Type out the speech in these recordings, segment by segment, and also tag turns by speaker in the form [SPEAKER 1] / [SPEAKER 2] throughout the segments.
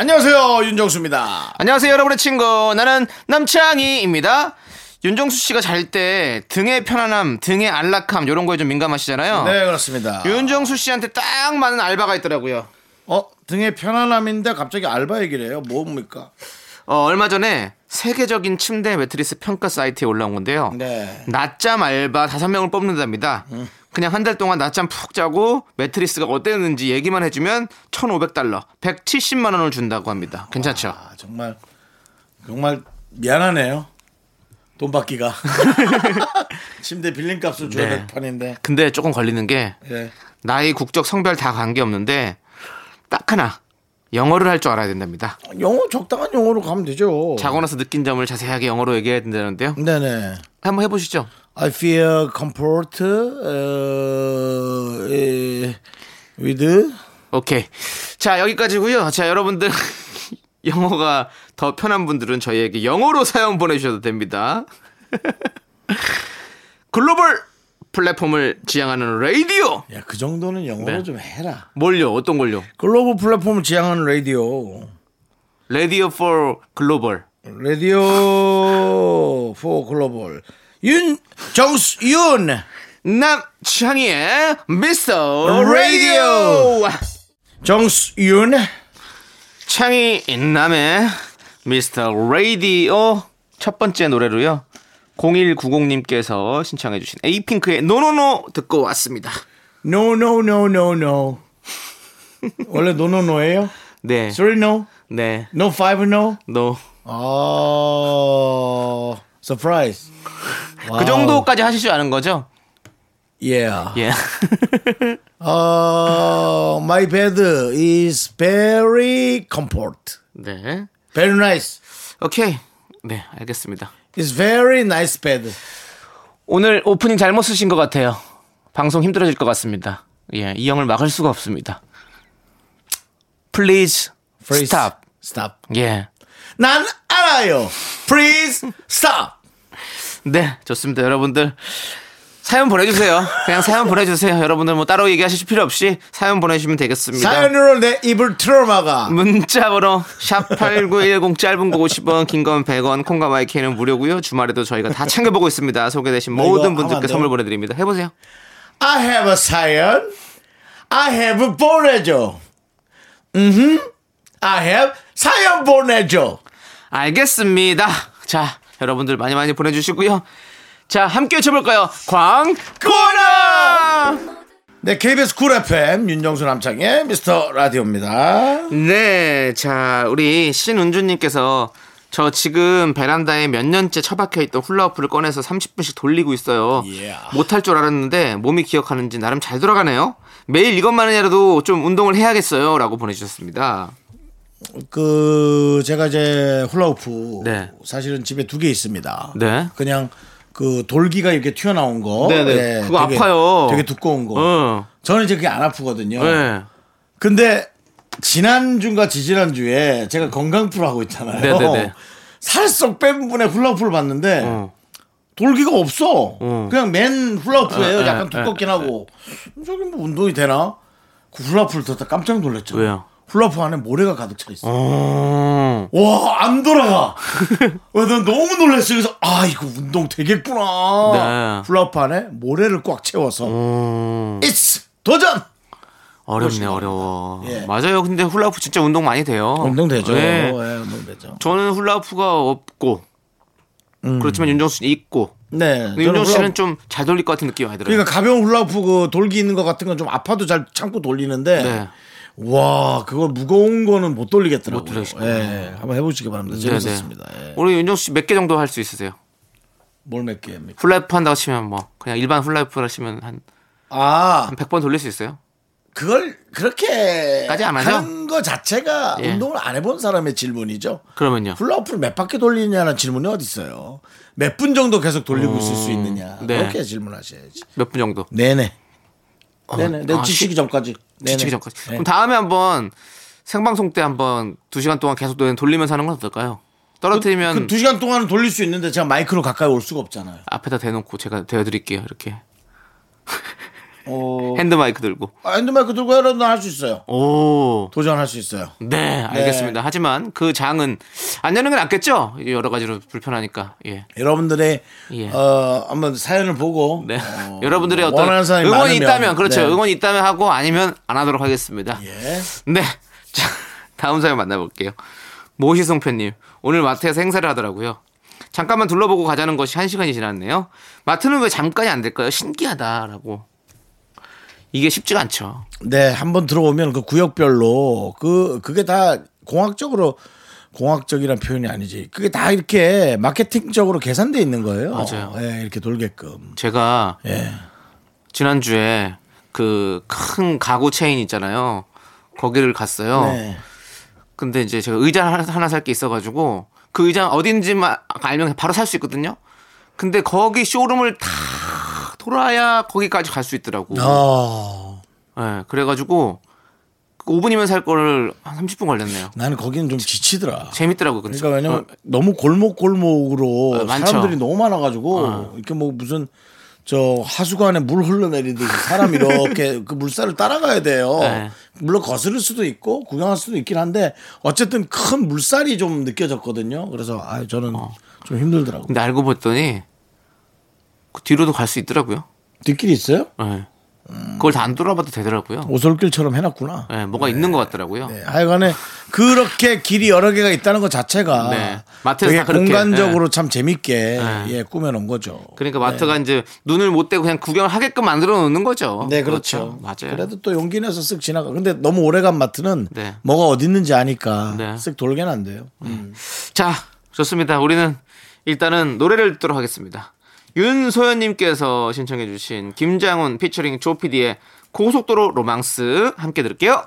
[SPEAKER 1] 안녕하세요 윤정수입니다.
[SPEAKER 2] 안녕하세요, 여러분의 친구. 나는 남창희입니다. 윤정수 씨가 잘 때 등의 편안함, 등의 안락함, 이런 거에 좀 민감하시잖아요.
[SPEAKER 1] 네 그렇습니다.
[SPEAKER 2] 윤정수 씨한테 딱 맞는 알바가 있더라고요.
[SPEAKER 1] 어 등에 편안함인데 갑자기 알바 얘기를 해요. 뭡니까?
[SPEAKER 2] 어, 얼마 전에 세계적인 침대 매트리스 평가 사이트에 올라온 건데요.
[SPEAKER 1] 네. 음.
[SPEAKER 2] 낮잠 알바 다섯 명을 뽑는답니다. 그냥 한 달 동안 낮잠 푹 자고 매트리스가 어땠는지 얘기만 해주면 1,500달러, 170만 원을 준다고 합니다. 괜찮죠?
[SPEAKER 1] 아 정말 정말 미안하네요. 돈 받기가 침대 빌린 값을 줘야
[SPEAKER 2] 네.
[SPEAKER 1] 될 판인데.
[SPEAKER 2] 근데 조금 걸리는 게
[SPEAKER 1] 예.
[SPEAKER 2] 나이 국적 성별 다 관계없는데 딱 하나 영어를 할 줄 알아야 된답니다.
[SPEAKER 1] 영어 적당한 영어로 가면 되죠.
[SPEAKER 2] 자고 나서 느낀 점을 자세하게 영어로 얘기해야 된다는데요.
[SPEAKER 1] 네네.
[SPEAKER 2] 한번 해보시죠.
[SPEAKER 1] I feel comfort 어, uh, eh, with
[SPEAKER 2] 오케이. 자 여기까지고요. 자 여러분들 영어가 더 편한 분들은 저희에게 영어로 사연 보내주셔도 됩니다. 글로벌 플랫폼을 지향하는 라디오.
[SPEAKER 1] 야 그 정도는 영어로
[SPEAKER 2] 네.
[SPEAKER 1] 좀 해라.
[SPEAKER 2] 뭘요? 어떤 걸요?
[SPEAKER 1] 글로벌 플랫폼을 지향하는 라디오.
[SPEAKER 2] 라디오 for 글로벌.
[SPEAKER 1] 라디오 포 글로벌 윤정윤
[SPEAKER 2] 남창희의 미스터
[SPEAKER 1] 라디오.
[SPEAKER 2] 라디오.
[SPEAKER 1] 정윤
[SPEAKER 2] 창희 인남의 미스터 라디오 첫 번째 노래로요. 0190님께서 신청해 주신 에이핑크의 노노노 듣고 왔습니다.
[SPEAKER 1] 노노노노노 원래 노노노예요?
[SPEAKER 2] 네.
[SPEAKER 1] 3 no
[SPEAKER 2] 네.
[SPEAKER 1] no 5 no
[SPEAKER 2] 노.
[SPEAKER 1] 어 서프라이즈
[SPEAKER 2] 그 정도까지 하실 줄 아는 거죠?
[SPEAKER 1] yeah
[SPEAKER 2] 예.
[SPEAKER 1] 어 my bed is very comfort
[SPEAKER 2] 네.
[SPEAKER 1] very nice
[SPEAKER 2] 오케이. 네, 알겠습니다.
[SPEAKER 1] it's very nice bed
[SPEAKER 2] 오늘 오프닝 잘못 쓰신 것 같아요. 방송 힘들어질 것 같습니다. 예, 이 형을 막을 수가 없습니다. Please
[SPEAKER 1] Please
[SPEAKER 2] stop.
[SPEAKER 1] stop
[SPEAKER 2] 예.
[SPEAKER 1] 난 알아요 please stop
[SPEAKER 2] 네, 좋습니다. 여러분들 사연 보내주세요. 그냥 사연 보내주세요. 여러분들 뭐 따로 얘기하실 필요 없이 사연 보내주시면 되겠습니다.
[SPEAKER 1] 사연으로 내 입을 트라우마가
[SPEAKER 2] 문자번호 샵8910 짧은 거 50원 긴 건 100원 콩과 마이크는 무료고요 주말에도 저희가 다 챙겨보고 있습니다 소개되신
[SPEAKER 1] 네, 이거
[SPEAKER 2] 모든
[SPEAKER 1] 하면 안
[SPEAKER 2] 분들께
[SPEAKER 1] 돼요?
[SPEAKER 2] 선물 보내드립니다 해보세요
[SPEAKER 1] I have a 사연 I have 보내줘 음흠 I have 사연 보내줘
[SPEAKER 2] 알겠습니다 자 여러분들 많이 많이 보내주시고요 자 함께 외쳐볼까요 광고나
[SPEAKER 1] 네 KBS 쿨 FM 윤정수 남창의 미스터 라디오입니다
[SPEAKER 2] 네, 자 우리 신은주님께서 저 지금 베란다에 몇 년째 처박혀 있던 훌라후프를 꺼내서 30분씩 돌리고 있어요.
[SPEAKER 1] 예.
[SPEAKER 2] 못할 줄 알았는데 몸이 기억하는지 나름 잘 돌아가네요. 매일 이것만이라도 좀 운동을 해야겠어요라고 보내주셨습니다.
[SPEAKER 1] 그 제가 이제 훌라후프
[SPEAKER 2] 네.
[SPEAKER 1] 사실은 집에 두 개 있습니다
[SPEAKER 2] 네.
[SPEAKER 1] 그냥 그 돌기가 이렇게 튀어나온 거
[SPEAKER 2] 네네.
[SPEAKER 1] 예,
[SPEAKER 2] 그거 아파요.
[SPEAKER 1] 되게 두꺼운 거
[SPEAKER 2] 어,
[SPEAKER 1] 저는 이제 그게 안 아프거든요
[SPEAKER 2] 네,
[SPEAKER 1] 근데 지난주인가 지지난주에 제가 건강 프로 하고 있잖아요.
[SPEAKER 2] 네네네.
[SPEAKER 1] 살 쏙 뺀 분의 훌라후프를 봤는데
[SPEAKER 2] 어.
[SPEAKER 1] 돌기가 없어. 그냥 맨 훌라후프예요.
[SPEAKER 2] 에,
[SPEAKER 1] 약간
[SPEAKER 2] 에,
[SPEAKER 1] 두껍긴 하고.
[SPEAKER 2] 어.
[SPEAKER 1] 저기 뭐 운동이 되나? 그 훌라후프를 듣다 깜짝 놀랐죠.
[SPEAKER 2] 왜요?
[SPEAKER 1] 훌라후프 안에 모래가 가득 차 있어.
[SPEAKER 2] 어,
[SPEAKER 1] 와, 안 돌아가. 와, 난 너무 놀랐어요. 그래서, 아, 이거 운동 되겠구나.
[SPEAKER 2] 네. 어.
[SPEAKER 1] 훌라후프 안에 모래를 꽉 채워서. It's 도전!
[SPEAKER 2] 어렵네 어려워.
[SPEAKER 1] 예.
[SPEAKER 2] 맞아요. 근데 훌라후프 진짜 운동 많이 돼요.
[SPEAKER 1] 운동 되죠.
[SPEAKER 2] 네.
[SPEAKER 1] 예, 운동 되죠.
[SPEAKER 2] 저는 훌라후프가 없고 그렇지만 윤정수 씨는 있고
[SPEAKER 1] 네.
[SPEAKER 2] 근데
[SPEAKER 1] 음. 저는
[SPEAKER 2] 윤정수
[SPEAKER 1] 훌라후프-
[SPEAKER 2] 씨는 좀 잘 돌릴 것 같은 느낌이 많이 들어요.
[SPEAKER 1] 그러니까 가벼운 훌라후프 그 돌기 있는 것 같은 건 좀 아파도 잘 참고 돌리는데
[SPEAKER 2] 네.
[SPEAKER 1] 와 그걸 무거운 거는 못 돌리겠더라고요.
[SPEAKER 2] 못 돌리시구나.
[SPEAKER 1] 예, 한번 해보시기 바랍니다.
[SPEAKER 2] 네, 네.
[SPEAKER 1] 재밌었습니다. 예.
[SPEAKER 2] 우리 윤정수 씨 몇 개 정도 할 수 있으세요?
[SPEAKER 1] 뭘몇 개입니까?
[SPEAKER 2] 훌라이프 한다고 치면 뭐 그냥 일반 훌라이프라 치면 한,
[SPEAKER 1] 아
[SPEAKER 2] 한 100번 돌릴 수 있어요?
[SPEAKER 1] 그걸 그렇게까지
[SPEAKER 2] 까지 안 하죠?
[SPEAKER 1] 하는 거 자체가
[SPEAKER 2] 예.
[SPEAKER 1] 운동을 안 해본 사람의 질문이죠.
[SPEAKER 2] 그러면요.
[SPEAKER 1] 훌라후프를 몇 바퀴 돌리냐는 질문이 어디 있어요? 몇 분 정도 계속 돌리고 있을 수 있느냐?
[SPEAKER 2] 네.
[SPEAKER 1] 그렇게 질문하셔야지.
[SPEAKER 2] 몇 분 정도?
[SPEAKER 1] 네네. 어, 네네. 내
[SPEAKER 2] 아,
[SPEAKER 1] 지치기 전까지. 네네.
[SPEAKER 2] 지치기 전까지.
[SPEAKER 1] 네.
[SPEAKER 2] 그럼 다음에 한번 생방송 때 한번 두 시간 동안 계속 노래 돌리면서 하는 건 어떨까요? 떨어뜨리면
[SPEAKER 1] 그 두 시간 동안은 돌릴 수 있는데 제가 마이크로 가까이 올 수가 없잖아요.
[SPEAKER 2] 앞에다 대놓고 제가 대어드릴게요. 이렇게
[SPEAKER 1] 어...
[SPEAKER 2] 핸드 마이크 들고.
[SPEAKER 1] 아, 핸드마이크 들고 해라도 할 수 있어요.
[SPEAKER 2] 오.
[SPEAKER 1] 도전할 수 있어요.
[SPEAKER 2] 네, 알겠습니다. 하지만 그 장은 안 여는 건 낫겠죠? 여러 가지로 불편하니까. 예.
[SPEAKER 1] 여러분들의
[SPEAKER 2] 예.
[SPEAKER 1] 어 한번 사연을 보고
[SPEAKER 2] 네.
[SPEAKER 1] 어,
[SPEAKER 2] 여러분들의 어떤
[SPEAKER 1] 원하는 사람이
[SPEAKER 2] 응원이
[SPEAKER 1] 많으면,
[SPEAKER 2] 있다면 그렇죠.
[SPEAKER 1] 네.
[SPEAKER 2] 응원이 있다면 하고 아니면 안 하도록 하겠습니다.
[SPEAKER 1] 예.
[SPEAKER 2] 네. 자, 다음 사연 만나볼게요. 모시송편님, 오늘 마트에서 행사를 하더라고요. 잠깐만 둘러보고 가자는 것이 한 시간이 지났네요. 마트는 왜 잠깐이 안 될까요? 신기하다라고. 이게 쉽지가 않죠.
[SPEAKER 1] 네, 한번 들어오면 그 구역별로 그 그게 다 공학적으로 공학적이란 표현이 아니지. 그게 다 이렇게 마케팅적으로 계산돼 있는 거예요.
[SPEAKER 2] 맞아요.
[SPEAKER 1] 예, 이렇게 돌게끔.
[SPEAKER 2] 제가
[SPEAKER 1] 예.
[SPEAKER 2] 지난주에 그 큰 가구 체인 있잖아요. 거기를 갔어요.
[SPEAKER 1] 네.
[SPEAKER 2] 근데 이제 제가 의자 하나, 살 게 있어가지고 그 의자 어딘지만 알면 바로 살 수 있거든요. 근데 거기 쇼룸을 다 돌아야 거기까지 갈 수 있더라고.
[SPEAKER 1] 어.
[SPEAKER 2] 예, 그래가지고 5분이면 살 거를 한 30분 걸렸네요.
[SPEAKER 1] 나는 거기는 좀 지치더라.
[SPEAKER 2] 재밌더라고. 근데.
[SPEAKER 1] 그러니까 왜냐면
[SPEAKER 2] 어,
[SPEAKER 1] 너무 골목 골목으로
[SPEAKER 2] 어, 많죠. 어.
[SPEAKER 1] 사람들이 너무 많아가지고 이렇게 뭐 무슨 저 하수관에 물 흘러내리듯이 사람이 이렇게 그 물살을 따라가야 돼요.
[SPEAKER 2] 네.
[SPEAKER 1] 물론 거스를 수도 있고 구경할 수도 있긴 한데 어쨌든 큰 물살이 좀 느껴졌거든요. 그래서 아 저는
[SPEAKER 2] 어.
[SPEAKER 1] 좀 힘들더라고.
[SPEAKER 2] 근데 알고 봤더니 그 뒤로도 갈 수 있더라고요.
[SPEAKER 1] 뒷길이 있어요?
[SPEAKER 2] 예. 그걸 다 안 돌아봐도 되더라고요.
[SPEAKER 1] 오솔길처럼 해놨구나.
[SPEAKER 2] 예, 뭐가 있는 것 같더라고요.
[SPEAKER 1] 네, 하여간에 그렇게 길이 여러 개가 있다는 것 자체가
[SPEAKER 2] 네. 마트에서
[SPEAKER 1] 되게
[SPEAKER 2] 다 그렇게,
[SPEAKER 1] 공간적으로 참 재밌게 예, 꾸며놓은 거죠.
[SPEAKER 2] 그러니까 마트가 이제 눈을 못 떼고 그냥 구경을 하게끔 만들어 놓는 거죠.
[SPEAKER 1] 네, 그렇죠.
[SPEAKER 2] 맞아요.
[SPEAKER 1] 그래도 또 용기 내서 쓱 지나가. 근데 너무 오래간 마트는
[SPEAKER 2] 네.
[SPEAKER 1] 뭐가 어디 있는지 아니까
[SPEAKER 2] 네.
[SPEAKER 1] 쓱 돌게는 안 돼요. 음.
[SPEAKER 2] 자, 좋습니다. 우리는 일단은 노래를 듣도록 하겠습니다. 윤소연님께서 신청해주신 김장훈 피처링 조피디의 고속도로 로망스 함께 들을게요.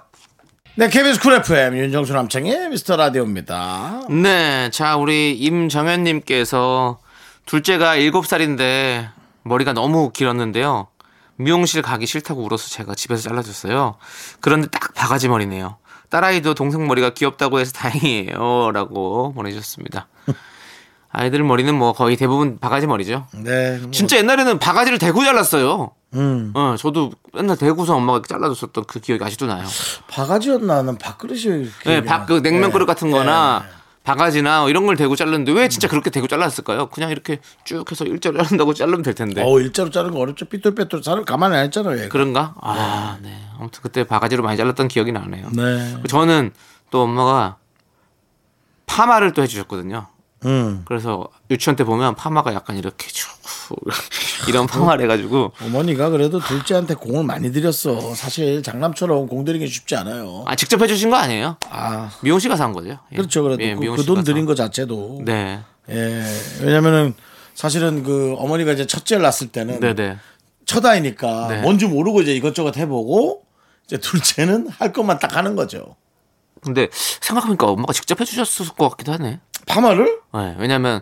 [SPEAKER 1] 네, KBS 쿨 FM 윤정수 남창의 미스터 라디오입니다.
[SPEAKER 2] 네, 자 우리 임정현님께서 둘째가 7살인데 머리가 너무 길었는데요. 미용실 가기 싫다고 울어서 제가 집에서 잘라줬어요. 그런데 딱 바가지 머리네요. 딸아이도 동생 머리가 귀엽다고 해서 다행이에요. 라고 보내주셨습니다. 아이들 머리는 뭐 거의 대부분 바가지 머리죠.
[SPEAKER 1] 네, 뭐,
[SPEAKER 2] 진짜 옛날에는 바가지를 대고 잘랐어요.
[SPEAKER 1] 음,
[SPEAKER 2] 어, 저도 맨날 대구서 엄마가 잘라줬었던 그 기억이 아직도 나요.
[SPEAKER 1] 바가지였나? 난 밥그릇이.
[SPEAKER 2] 예, 밥, 그 냉면 그릇 같은 거나 바가지나 뭐 이런 걸 대고 잘랐는데 왜 진짜 그렇게 대고 잘랐을까요? 그냥 이렇게 쭉 해서 일자로 자른다고 자르면 될 텐데.
[SPEAKER 1] 어 일자로 자르는 거 어렵죠. 삐뚤빼뚤 자르 가만히 안 했잖아요. 얘가.
[SPEAKER 2] 그런가? 아, 네. 아무튼 그때 바가지로 많이 잘랐던 기억이 나네요.
[SPEAKER 1] 네.
[SPEAKER 2] 저는 또 엄마가 파마를 또 해주셨거든요.
[SPEAKER 1] 음.
[SPEAKER 2] 그래서 유치원 때 보면 파마가 약간 이렇게 쭉 이런 파마를 해가지고
[SPEAKER 1] 어머니가 그래도 둘째한테 공을 많이 들였어. 사실 장남처럼 공 들이기 쉽지 않아요.
[SPEAKER 2] 아 직접 해주신 거 아니에요?
[SPEAKER 1] 아,
[SPEAKER 2] 미용 씨가 산 거죠? 예.
[SPEAKER 1] 그렇죠. 그래도
[SPEAKER 2] 예, 미용
[SPEAKER 1] 그
[SPEAKER 2] 씨가
[SPEAKER 1] 돈 들인
[SPEAKER 2] 산.
[SPEAKER 1] 거 자체도
[SPEAKER 2] 네,
[SPEAKER 1] 예. 왜냐면은 사실은 그 어머니가 이제 첫째를 낳았을 때는
[SPEAKER 2] 네, 네.
[SPEAKER 1] 첫 아이니까
[SPEAKER 2] 네.
[SPEAKER 1] 뭔지 모르고 이제 이것저것 해보고 이제 둘째는 할 것만 딱 하는 거죠.
[SPEAKER 2] 근데 생각해보니까 엄마가 직접 해주셨을 것 같기도 하네.
[SPEAKER 1] 파마를?
[SPEAKER 2] 네, 왜냐면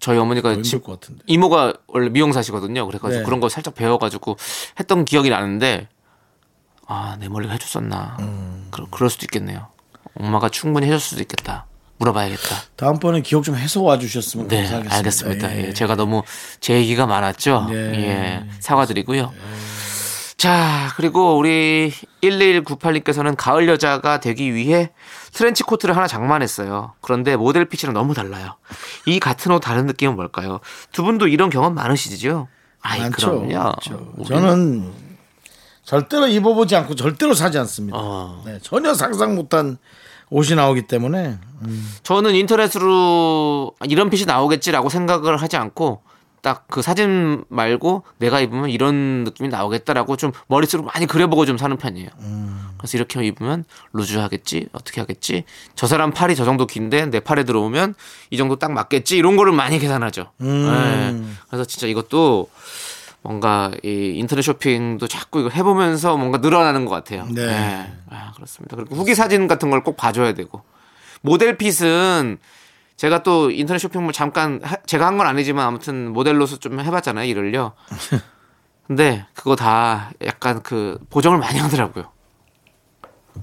[SPEAKER 2] 저희 어머니가
[SPEAKER 1] 힘들
[SPEAKER 2] 집
[SPEAKER 1] 것 같은데.
[SPEAKER 2] 이모가 원래 미용사시거든요. 그래가지고
[SPEAKER 1] 아, 네.
[SPEAKER 2] 그런 거 살짝 배워가지고 했던 기억이 나는데 아 내 머리가 해줬었나.
[SPEAKER 1] 음.
[SPEAKER 2] 그, 그럴 수도 있겠네요. 엄마가 충분히 해줄 수도 있겠다. 물어봐야겠다.
[SPEAKER 1] 다음번에 기억 좀 해서 와주셨으면
[SPEAKER 2] 네,
[SPEAKER 1] 감사하겠습니다.
[SPEAKER 2] 알겠습니다.
[SPEAKER 1] 예.
[SPEAKER 2] 예, 제가 너무 제 얘기가 많았죠.
[SPEAKER 1] 네.
[SPEAKER 2] 예, 사과드리고요. 자, 그리고 우리 1198님께서는 가을 여자가 되기 위해 트렌치 코트를 하나 장만했어요. 그런데 모델 핏이랑 너무 달라요. 이 같은 옷 다른 느낌은 뭘까요? 두 분도 이런 경험 많으시죠? 아이,
[SPEAKER 1] 많죠.
[SPEAKER 2] 그럼요.
[SPEAKER 1] 그렇죠.
[SPEAKER 2] 우리는-
[SPEAKER 1] 저는 절대로 입어보지 않고 절대로 사지 않습니다.
[SPEAKER 2] 어.
[SPEAKER 1] 네, 전혀 상상 못한 옷이 나오기 때문에
[SPEAKER 2] 저는 인터넷으로 이런 핏이 나오겠지라고 생각을 하지 않고 딱 그 사진 말고 내가 입으면 이런 느낌이 나오겠다라고 좀 머릿속으로 많이 그려보고 좀 사는 편이에요. 그래서 이렇게 입으면 루즈 하겠지, 어떻게 하겠지, 저 사람 팔이 저 정도 긴데 내 팔에 들어오면 네. 이 정도 딱 맞겠지 이런 거를 많이 계산하죠. 예. 그래서 진짜 이것도 뭔가 이 인터넷 쇼핑도 자꾸 이거 해보면서 뭔가 늘어나는 것 같아요.
[SPEAKER 1] 네.
[SPEAKER 2] 아, 그렇습니다. 그리고 후기 사진 같은 걸 꼭 봐줘야 되고 모델핏은 제가 또 인터넷 쇼핑몰 잠깐 하- 제가 한 건 아니지만 아무튼 모델로서 좀 해봤잖아요 일을요. 근데 그거 다 약간 그 보정을 많이 하더라고요.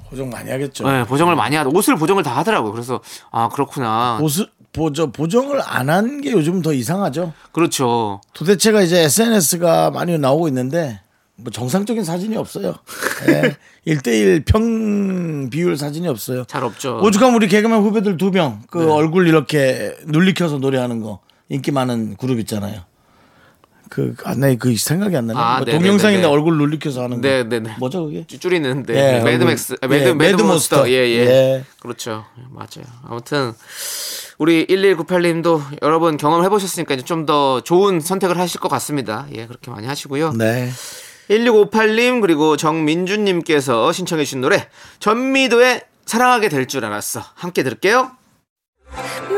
[SPEAKER 1] 보정 많이 하겠죠.
[SPEAKER 2] 네, 보정을 많이 하 옷을 보정을 다 하더라고요. 그래서 아 그렇구나.
[SPEAKER 1] 보수 보저 보정을 안 한 게 요즘 더 이상하죠.
[SPEAKER 2] 그렇죠.
[SPEAKER 1] 도대체가 이제 SNS가 많이 나오고 있는데 뭐 정상적인 사진이 없어요. 예. 1대1 평 비율 사진이 없어요.
[SPEAKER 2] 잘 없죠.
[SPEAKER 1] 오죽하면 우리 개그맨 후배들 두 명 그
[SPEAKER 2] 네.
[SPEAKER 1] 얼굴 이렇게 눌리켜서 노래하는 거 인기 많은 그룹 있잖아요. 그 안나이 그 생각이 안 나네.
[SPEAKER 2] 아,
[SPEAKER 1] 뭐
[SPEAKER 2] 네네네네.
[SPEAKER 1] 동영상인데 얼굴 눌리켜서 하는 거.
[SPEAKER 2] 네네네.
[SPEAKER 1] 뭐죠 그게?
[SPEAKER 2] 쭈- 줄이는데
[SPEAKER 1] 예, 얼굴.
[SPEAKER 2] 매드맥스 아,
[SPEAKER 1] 예,
[SPEAKER 2] 매드
[SPEAKER 1] 매드몬스터.
[SPEAKER 2] 매드몬스터 예예
[SPEAKER 1] 예.
[SPEAKER 2] 그렇죠 맞아요 아무튼 우리 1198님도 여러분 경험해 보셨으니까 이제 좀 더 좋은 선택을 하실 것 같습니다 예 그렇게 많이 하시고요
[SPEAKER 1] 네.
[SPEAKER 2] 1658님 그리고 정민준님께서 신청해 주신 노래 전미도의 사랑하게 될 줄 알았어 함께 들을게요
[SPEAKER 3] 넌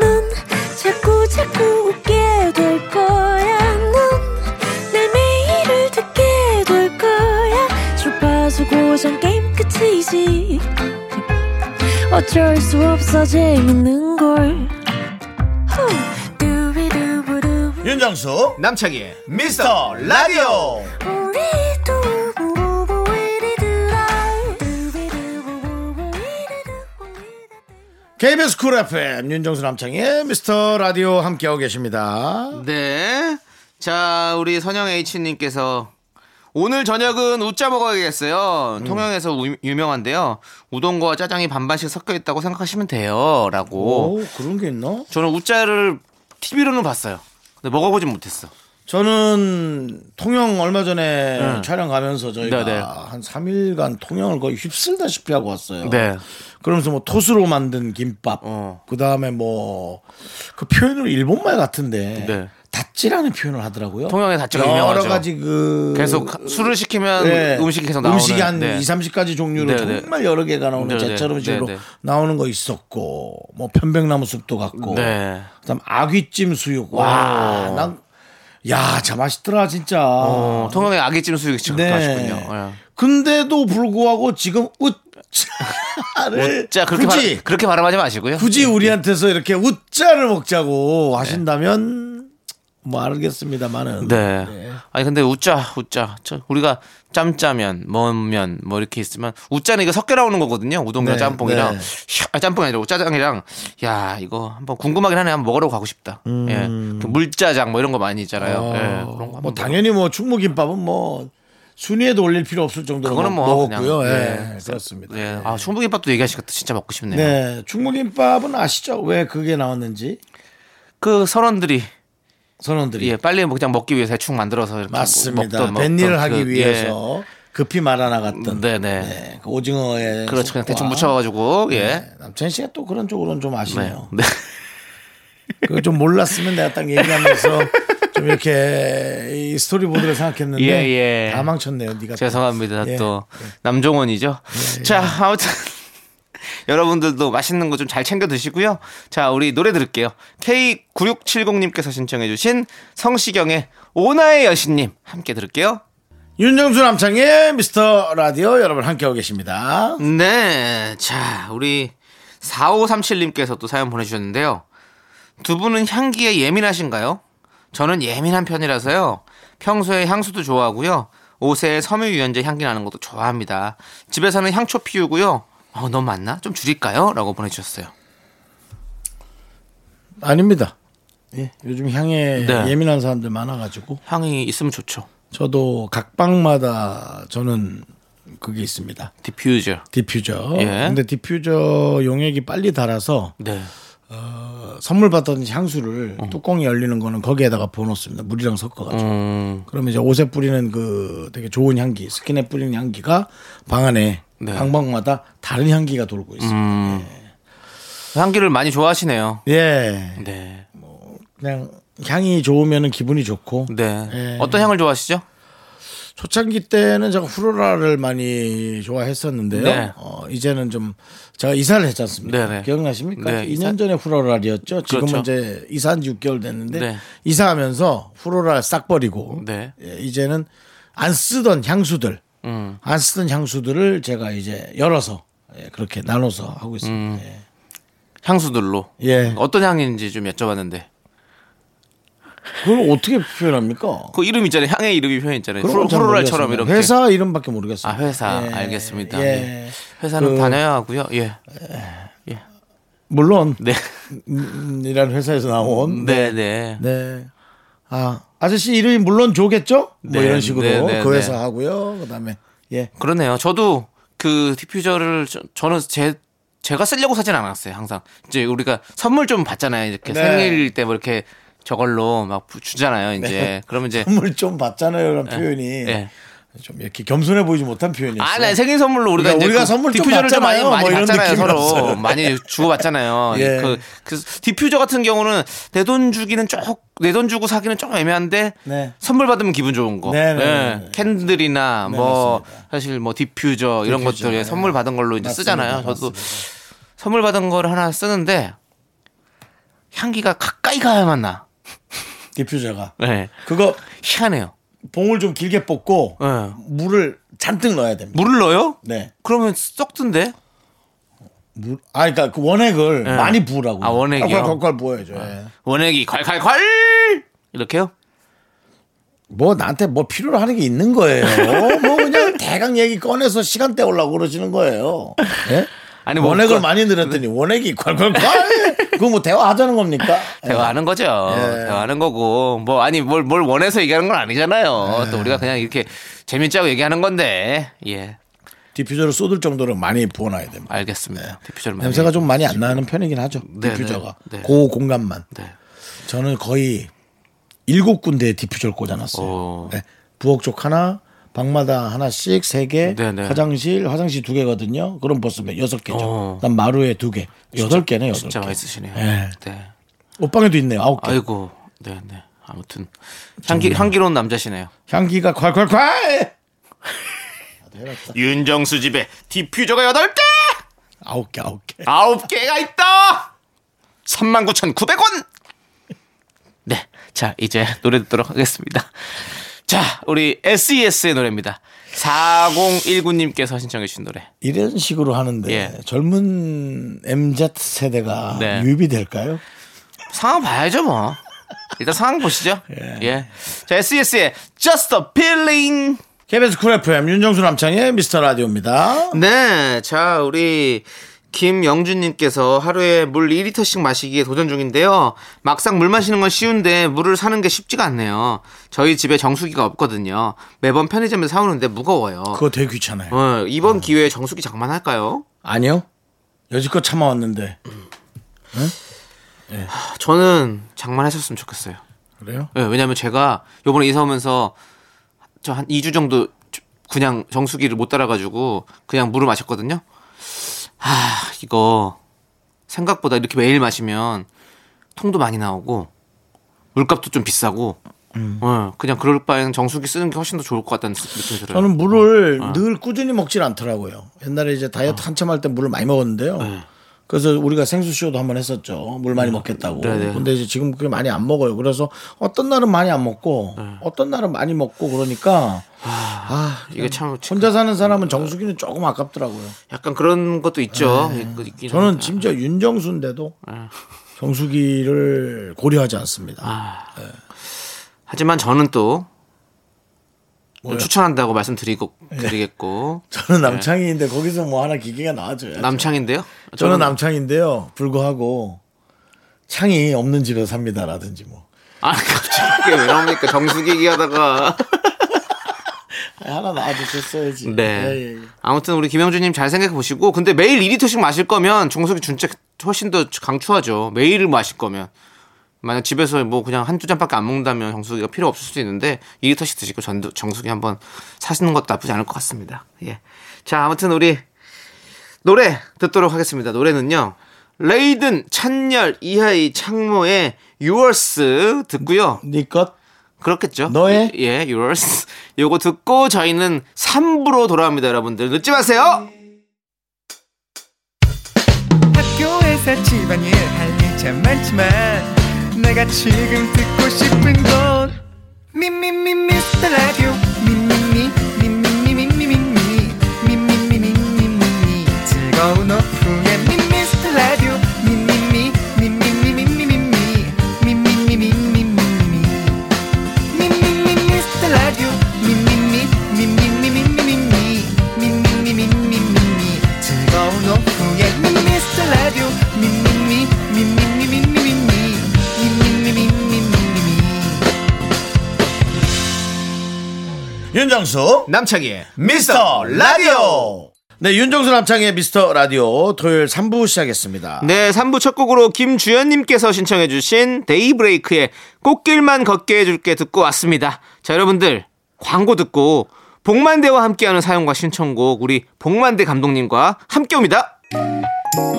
[SPEAKER 3] 자꾸 자꾸 웃게 될 거야. 넌내 매일을 듣게 될 거야. 주파수 고정 게임 끝이지. 어쩔 수 없어 재밌는 걸. 후. 두비두부두.
[SPEAKER 1] 윤정수
[SPEAKER 2] 남창희의
[SPEAKER 1] 미스터 라디오.
[SPEAKER 3] 우리 두부부부 우리들아. 두비두부부부 우리들아.
[SPEAKER 1] KBS 쿨 FM 윤정수 남창의 미스터 라디오 함께하고 계십니다.
[SPEAKER 2] 네. 자, 우리 선영 H님께서 오늘 저녁은 우짜
[SPEAKER 1] 음.
[SPEAKER 2] 먹어야겠어요. 통영에서 우- 유명한데요. 우동과 짜장이 반반씩 섞여 있다고 생각하시면 돼요. 라고.
[SPEAKER 1] 오, 그런 게 있나?
[SPEAKER 2] 저는 우짜를 TV로는 봤어요. 근데 먹어보진 못했어.
[SPEAKER 1] 저는 통영 얼마 전에 촬영 가면서 저희가
[SPEAKER 2] 네, 네.
[SPEAKER 1] 한 3일간 통영을 거의 휩쓸다시피 하고 왔어요.
[SPEAKER 2] 네.
[SPEAKER 1] 그러면서 뭐 토스로 만든 김밥,
[SPEAKER 2] 어.
[SPEAKER 1] 그다음에 뭐 그 표현을 일본말 같은데
[SPEAKER 2] 네.
[SPEAKER 1] 다찌라는 표현을 하더라고요.
[SPEAKER 2] 통영의 다찌가
[SPEAKER 1] 여러
[SPEAKER 2] 유명하죠.
[SPEAKER 1] 가지 그
[SPEAKER 2] 계속 술을 시키면
[SPEAKER 1] 네.
[SPEAKER 2] 음식이 계속 나오는.
[SPEAKER 1] 음식이 한
[SPEAKER 2] 네.
[SPEAKER 1] 2, 30가지 종류로
[SPEAKER 2] 네, 네.
[SPEAKER 1] 정말 여러 개가 나오는
[SPEAKER 2] 네, 네.
[SPEAKER 1] 제철 음식으로
[SPEAKER 2] 네, 네.
[SPEAKER 1] 나오는 거 있었고 뭐 편백나무 숲도 갔고
[SPEAKER 2] 네.
[SPEAKER 1] 그다음 아귀찜 수육 와, 난 야, 참 맛있더라 진짜.
[SPEAKER 2] 어, 통영의 아기찜 수육이 그렇게
[SPEAKER 1] 네.
[SPEAKER 2] 하시군요. 예.
[SPEAKER 1] 근데도 불구하고 지금 웃자를
[SPEAKER 2] 예. 자, 그렇게, 네,
[SPEAKER 1] 굳이
[SPEAKER 2] 바, 그렇게 바람하지 마시고요.
[SPEAKER 1] 굳이 우리한테서 이렇게 웃자를 먹자고 하신다면 뭐 알겠습니다만은
[SPEAKER 2] 네. 아니 근데 웃자 웃자. 저 우리가 짬짜면 먼면 뭐 이렇게 있으면 웃자는 이게 섞여 나오는 거거든요. 우동이랑
[SPEAKER 1] 네,
[SPEAKER 2] 짬뽕이랑
[SPEAKER 1] 네.
[SPEAKER 2] 샤- 아, 짬뽕이 아니라 짜장이랑 야 이거 한번 궁금하긴 하네. 한번 먹으러 가고 싶다. 예. 그 물짜장 뭐 이런 거 많이 있잖아요.
[SPEAKER 1] 어,
[SPEAKER 2] 예. 그런 거
[SPEAKER 1] 음. 뭐
[SPEAKER 2] 한번
[SPEAKER 1] 당연히 뭐 충무김밥은 뭐 순위에도 올릴 필요 없을 정도로
[SPEAKER 2] 그거는 뭐
[SPEAKER 1] 먹었고요.
[SPEAKER 2] 그냥,
[SPEAKER 1] 예,
[SPEAKER 2] 네.
[SPEAKER 1] 그렇습니다.
[SPEAKER 2] 먹- 예. 아 충북김밥도 얘기하시니까 또 진짜 먹고 싶네요.
[SPEAKER 1] 네, 충무김밥은 아시죠? 왜 그게 나왔는지
[SPEAKER 2] 그 선원들이
[SPEAKER 1] 선원들이
[SPEAKER 2] 예 빨리 그냥 먹기 위해서 대충 만들어서 이렇게
[SPEAKER 1] 네.
[SPEAKER 2] 뭐
[SPEAKER 1] 맞습니다.
[SPEAKER 2] 먹던- 먹던
[SPEAKER 1] 뱃일을 하기
[SPEAKER 2] 그-
[SPEAKER 1] 위해서 급히 말아
[SPEAKER 2] 예.
[SPEAKER 1] 나갔던
[SPEAKER 2] 네네.
[SPEAKER 1] 네, 그 오징어의
[SPEAKER 2] 그렇죠. 그냥
[SPEAKER 1] 속과.
[SPEAKER 2] 대충 묻혀가지고 예.
[SPEAKER 1] 네, 남찬 씨가 또 그런 쪽으로는 좀 아시네요.
[SPEAKER 2] 네.
[SPEAKER 1] 그거 좀 몰랐으면 내가 딱 얘기하면서 좀 이렇게 이 스토리보드를 생각했는데
[SPEAKER 2] 예, 예.
[SPEAKER 1] 다 망쳤네요. 네가
[SPEAKER 2] 죄송합니다.
[SPEAKER 1] 예.
[SPEAKER 2] 또 남종원이죠. 자, 아무튼 여러분들도 맛있는 거 좀 잘 챙겨 드시고요. 자, 우리 노래 들을게요. K9670님께서 신청해 주신 성시경의 오나의 여신님 함께 들을게요.
[SPEAKER 1] 윤정수 남창의 미스터 라디오 여러분 함께하고 계십니다.
[SPEAKER 2] 네. 자, 우리 4537님께서 또 사연 보내주셨는데요. 두 분은 향기에 예민하신가요? 저는 예민한 편이라서요. 평소에 향수도 좋아하고요. 옷에 섬유유연제 향기 나는 것도 좋아합니다. 집에서는 향초 피우고요. 어, 너무 많나? 좀 줄일까요? 라고 보내주셨어요.
[SPEAKER 1] 아닙니다. 예, 요즘 향에
[SPEAKER 2] 네.
[SPEAKER 1] 예민한 사람들 많아가지고
[SPEAKER 2] 향이 있으면 좋죠.
[SPEAKER 1] 저도 각 방마다 저는 그게 있습니다.
[SPEAKER 2] 디퓨저.
[SPEAKER 1] 디퓨저.
[SPEAKER 2] 예.
[SPEAKER 1] 근데 디퓨저 용액이 빨리 달아서
[SPEAKER 2] 네.
[SPEAKER 1] 선물 받던 향수를
[SPEAKER 2] 어.
[SPEAKER 1] 뚜껑이 열리는 거는 거기에다가 보넣습니다. 물이랑 섞어가지고.
[SPEAKER 2] 음,
[SPEAKER 1] 그러면 이제 옷에 뿌리는 그 되게 좋은 향기, 스킨에 뿌리는 향기가 방 안에
[SPEAKER 2] 네.
[SPEAKER 1] 방방마다 다른 향기가 돌고 있습니다.
[SPEAKER 2] 음. 네. 향기를 많이 좋아하시네요.
[SPEAKER 1] 예.
[SPEAKER 2] 네.
[SPEAKER 1] 그냥 향이 좋으면 기분이 좋고
[SPEAKER 2] 네.
[SPEAKER 1] 예.
[SPEAKER 2] 어떤 향을 좋아하시죠?
[SPEAKER 1] 초창기 때는 제가 후루라를 많이 좋아했었는데요.
[SPEAKER 2] 네.
[SPEAKER 1] 어, 이제는 좀 제가 이사를 했지 않습니까?
[SPEAKER 2] 네네.
[SPEAKER 1] 기억나십니까?
[SPEAKER 2] 네,
[SPEAKER 1] 2년
[SPEAKER 2] 이사-
[SPEAKER 1] 전에 후루라리였죠. 지금은
[SPEAKER 2] 그렇죠.
[SPEAKER 1] 이제 이사한 지 6개월 됐는데
[SPEAKER 2] 네.
[SPEAKER 1] 이사하면서 후루라 싹 버리고
[SPEAKER 2] 네.
[SPEAKER 1] 예, 이제는 안 쓰던 향수들
[SPEAKER 2] 음.
[SPEAKER 1] 안 쓰던 향수들을 제가 이제 열어서 예, 그렇게 나눠서 하고 있습니다. 예.
[SPEAKER 2] 향수들로.
[SPEAKER 1] 예.
[SPEAKER 2] 음. 어떤 향인지 좀 여쭤봤는데.
[SPEAKER 1] 그걸 어떻게 표현합니까?
[SPEAKER 2] 그 이름 있잖아요. 향의 이름이 표현 있잖아요.
[SPEAKER 1] 그런 건잘
[SPEAKER 2] 프로랄처럼
[SPEAKER 1] 모르겠어요.
[SPEAKER 2] 이렇게.
[SPEAKER 1] 회사 이름밖에 모르겠어요.
[SPEAKER 2] 아, 회사. 알겠습니다.
[SPEAKER 1] 예.
[SPEAKER 2] 예. 회사는
[SPEAKER 1] 그-
[SPEAKER 2] 다녀야 하고요. 예. 예.
[SPEAKER 1] 물론
[SPEAKER 2] 네.
[SPEAKER 1] 음, 이라는 회사에서 나온
[SPEAKER 2] 네, 네.
[SPEAKER 1] 네. 아, 아저씨 이름이 물론 조겠죠? 뭐
[SPEAKER 2] 네,
[SPEAKER 1] 이런 식으로
[SPEAKER 2] 네, 네,
[SPEAKER 1] 그
[SPEAKER 2] 네.
[SPEAKER 1] 회사 하고요. 그다음에 예.
[SPEAKER 2] 그러네요. 저도 그 디퓨저를 저, 는제 제가 쓰려고 사진 않았어요. 항상 이제 우리가 선물 좀 받잖아요. 이렇게
[SPEAKER 1] 네.
[SPEAKER 2] 생일 때 뭐 이렇게 저걸로 막 부- 주잖아요. 이제
[SPEAKER 1] 네.
[SPEAKER 2] 그러면 이제
[SPEAKER 1] 선물 좀 받잖아요라는 표현이
[SPEAKER 2] 예.
[SPEAKER 1] 좀 이렇게 겸손해 보이지 못한 표현이었어요.
[SPEAKER 2] 아, 네, 생일 선물로 우리가
[SPEAKER 1] 그러니까
[SPEAKER 2] 이제
[SPEAKER 1] 우리가
[SPEAKER 2] 그
[SPEAKER 1] 선물 좀
[SPEAKER 2] 디퓨저를 좀 많이
[SPEAKER 1] 받잖아요.
[SPEAKER 2] 많이
[SPEAKER 1] 뭐 이런
[SPEAKER 2] 받잖아요 서로
[SPEAKER 1] 느낌이었어요.
[SPEAKER 2] 많이 주고받잖아요.
[SPEAKER 1] 예.
[SPEAKER 2] 그, 그 디퓨저 같은 경우는 내 돈 주기는 쫙내 돈 주고 사기는 좀 애매한데
[SPEAKER 1] 네.
[SPEAKER 2] 선물 받으면 기분 좋은 거.
[SPEAKER 1] 네, 네,
[SPEAKER 2] 예.
[SPEAKER 1] 네, 네.
[SPEAKER 2] 캔들이나 뭐
[SPEAKER 1] 맞습니다.
[SPEAKER 2] 사실 뭐 디퓨저, 이런
[SPEAKER 1] 디퓨저,
[SPEAKER 2] 것들
[SPEAKER 1] 네.
[SPEAKER 2] 에 선물 받은 걸로 이제
[SPEAKER 1] 맞습니다.
[SPEAKER 2] 쓰잖아요. 저도
[SPEAKER 1] 맞습니다.
[SPEAKER 2] 선물 받은 걸 하나 쓰는데 향기가 가까이 가야만 나.
[SPEAKER 1] 디퓨저가
[SPEAKER 2] 예.
[SPEAKER 1] 그거
[SPEAKER 2] 희한해요.
[SPEAKER 1] 봉을 좀 길게 뽑고
[SPEAKER 2] 예.
[SPEAKER 1] 물을 잔뜩 넣어야 됩니다.
[SPEAKER 2] 물을 넣어요?
[SPEAKER 1] 네.
[SPEAKER 2] 그러면 썩던데?
[SPEAKER 1] 물, 아, 그러니까 그 원액을
[SPEAKER 2] 네.
[SPEAKER 1] 많이 부으라고.
[SPEAKER 2] 아, 원액이요? 아.
[SPEAKER 1] 콸콸콸 부어야죠. 예.
[SPEAKER 2] 원액이 콸콸콸! 이렇게요?
[SPEAKER 1] 뭐 나한테 뭐 필요로 하는 게 있는 거예요. 뭐 그냥 대강 얘기 꺼내서 시간 때우려고 그러시는 거예요. 예?
[SPEAKER 2] 아니, 뭐
[SPEAKER 1] 원액을
[SPEAKER 2] 그-
[SPEAKER 1] 많이 늘었더니 원액이 콸콸콸. 그거 뭐 대화하자는 겁니까?
[SPEAKER 2] 대화하는 거죠.
[SPEAKER 1] 예.
[SPEAKER 2] 대화하는 거고. 뭐, 아니, 뭘, 뭘 원해서 얘기하는 건 아니잖아요.
[SPEAKER 1] 예.
[SPEAKER 2] 또 우리가 그냥 이렇게 재밌자고 얘기하는 건데. 예.
[SPEAKER 1] 디퓨저를 쏟을 정도로 많이 부어놔야 됩니다.
[SPEAKER 2] 알겠습니다. 디퓨저를 많이.
[SPEAKER 1] 예. 냄새가 좀 많이 안 나는 편이긴 하죠.
[SPEAKER 2] 네,
[SPEAKER 1] 디퓨저가
[SPEAKER 2] 네, 네.
[SPEAKER 1] 그 공간만.
[SPEAKER 2] 네.
[SPEAKER 1] 저는 거의 일곱 군데에 디퓨저를 꽂아놨어요.
[SPEAKER 2] 오.
[SPEAKER 1] 네. 부엌 쪽 하나, 방마다 하나씩 세 개,
[SPEAKER 2] 네, 네.
[SPEAKER 1] 화장실 화장실 두 개거든요. 그럼 벌써 몇- 여섯 개죠.
[SPEAKER 2] 어.
[SPEAKER 1] 그다음 마루에 두 개, 여덟 개네 여덟
[SPEAKER 2] 진짜
[SPEAKER 1] 개.
[SPEAKER 2] 맛있으시네요.
[SPEAKER 1] 예.
[SPEAKER 2] 네.
[SPEAKER 1] 옷방에도 있네요. 아홉 개.
[SPEAKER 2] 아이고. 네, 네. 아무튼. 향기, 향기로운 남자시네요.
[SPEAKER 1] 향기가 콸콸콸.
[SPEAKER 2] 윤정수 집에 디퓨저가 8개!
[SPEAKER 1] 아홉 개, 아홉 개.
[SPEAKER 2] 9개가 있다! 39,900원! 네. 자, 이제 노래 듣도록 하겠습니다. 자, 우리 SES의 노래입니다. 4019님께서 신청해주신 노래.
[SPEAKER 1] 이런 식으로 하는데
[SPEAKER 2] 예.
[SPEAKER 1] 젊은 MZ 세대가
[SPEAKER 2] 네.
[SPEAKER 1] 유입이 될까요?
[SPEAKER 2] 상황 봐야죠, 뭐. 일단 상황 보시죠. 예. 자, SES의 Just a Feeling.
[SPEAKER 1] KBS 쿨 FM 윤정수 남창의 미스터 라디오입니다.
[SPEAKER 2] 네, 자 우리 김영준님께서 하루에 물 2리터씩 마시기에 도전 중인데요. 막상 물 마시는 건 쉬운데 물을 사는 게 쉽지가 않네요. 저희 집에 정수기가 없거든요. 매번 편의점에서 사오는데 무거워요.
[SPEAKER 1] 그거 되게 귀찮아요.
[SPEAKER 2] 어, 이번 기회에 정수기 장만할까요?
[SPEAKER 1] 아니요. 여지껏 참아왔는데
[SPEAKER 2] 저는 장만하셨으면 좋겠어요.
[SPEAKER 1] 그래요?
[SPEAKER 2] 예, 왜냐면 제가 요번에 이사 오면서 저 한 2주 정도 그냥 정수기를 못 달아가지고 그냥 물을 마셨거든요. 아, 이거 생각보다 이렇게 매일 마시면 통도 많이 나오고 물값도 좀 비싸고
[SPEAKER 1] 음.
[SPEAKER 2] 어, 그냥 그럴 바에는 정수기 쓰는 게 훨씬 더 좋을 것 같다는 느낌이 들어요.
[SPEAKER 1] 저는 물을
[SPEAKER 2] 아.
[SPEAKER 1] 늘 꾸준히 먹질 않더라고요. 옛날에 이제 다이어트 한참 할 때 물을 많이 먹었는데요.
[SPEAKER 2] 네.
[SPEAKER 1] 그래서 우리가 생수 쇼도 한번 했었죠. 물 많이 먹겠다고.
[SPEAKER 2] 음. 네네.
[SPEAKER 1] 근데 이제 지금 그게 많이 안 먹어요. 그래서 어떤 날은 많이 안 먹고
[SPEAKER 2] 네.
[SPEAKER 1] 어떤 날은 많이 먹고 그러니까 아,
[SPEAKER 2] 이게 참
[SPEAKER 1] 혼자 사는 사람은 정수기는 조금 아깝더라고요.
[SPEAKER 2] 약간 그런 것도 있죠. 있긴
[SPEAKER 1] 네. 저는
[SPEAKER 2] 합니다.
[SPEAKER 1] 심지어 윤정수인데도
[SPEAKER 2] 아.
[SPEAKER 1] 정수기를 고려하지 않습니다.
[SPEAKER 2] 하지만 저는 또
[SPEAKER 1] 뭐요? 예.
[SPEAKER 2] 추천한다고 말씀드리고 드리겠고
[SPEAKER 1] 저는 남창희인데 거기서 뭐 하나 기계가 나와줘요.
[SPEAKER 2] 네. 남창인데요.
[SPEAKER 1] 저는 남창인데요. 불구하고 창이 없는 집에서 삽니다라든지 뭐
[SPEAKER 2] 아 갑자기 왜 나옵니까 정수기 얘기하다가
[SPEAKER 1] 아, 하나 놔주셨어야지. 예,
[SPEAKER 2] 네 아무튼 우리 김영주님 잘 생각해 보시고 근데 매일 2리터씩 마실 거면 정수기 준책 훨씬 더 강추하죠 매일 마실 거면 만약 집에서 뭐 그냥 한두 잔밖에 안 먹는다면 정수기가 필요 없을 수도 있는데 2리터씩 드시고 전, 정수기 한번 사시는 것도 나쁘지 않을 것 같습니다 예자 아무튼 우리 노래 듣도록 하겠습니다 노래는요 레이든 찬열 이하이 창모의 유월스 듣고요
[SPEAKER 1] 네 것.
[SPEAKER 2] 그렇겠죠.
[SPEAKER 1] 너의?
[SPEAKER 2] 예, yours. 요거 듣고 저희는 3부로 돌아옵니다, 여러분들. 늦지 마세요.
[SPEAKER 4] 학교에서 집안일 할 일 참 많지만 내가 지금 듣고 싶은 건 미미미 미스터 라디오 미미미 미미미 미미미 미미미 미미미 즐거운 오후에 미스터 라디오 미미미 미미미 미미미 미미미 미미미 미미미 미스터 라디오 미미미 미미미 미미미 미미미 미미미 즐거운 오후에 미스터 라디오 미미미 미미미 미미미 미미미 미미미
[SPEAKER 1] 윤정수
[SPEAKER 2] 남창희의
[SPEAKER 1] 미스터 라디오. 네, 윤정수 남창의 미스터 라디오 토요일 3부 시작했습니다.
[SPEAKER 2] 네, 3부 첫 곡으로 김주연님께서 신청해주신 데이브레이크의 꽃길만 걷게 해줄게 듣고 왔습니다. 자, 여러분들, 광고 듣고 복만대와 함께하는 사연과 신청곡, 우리 복만대 감독님과 함께 옵니다.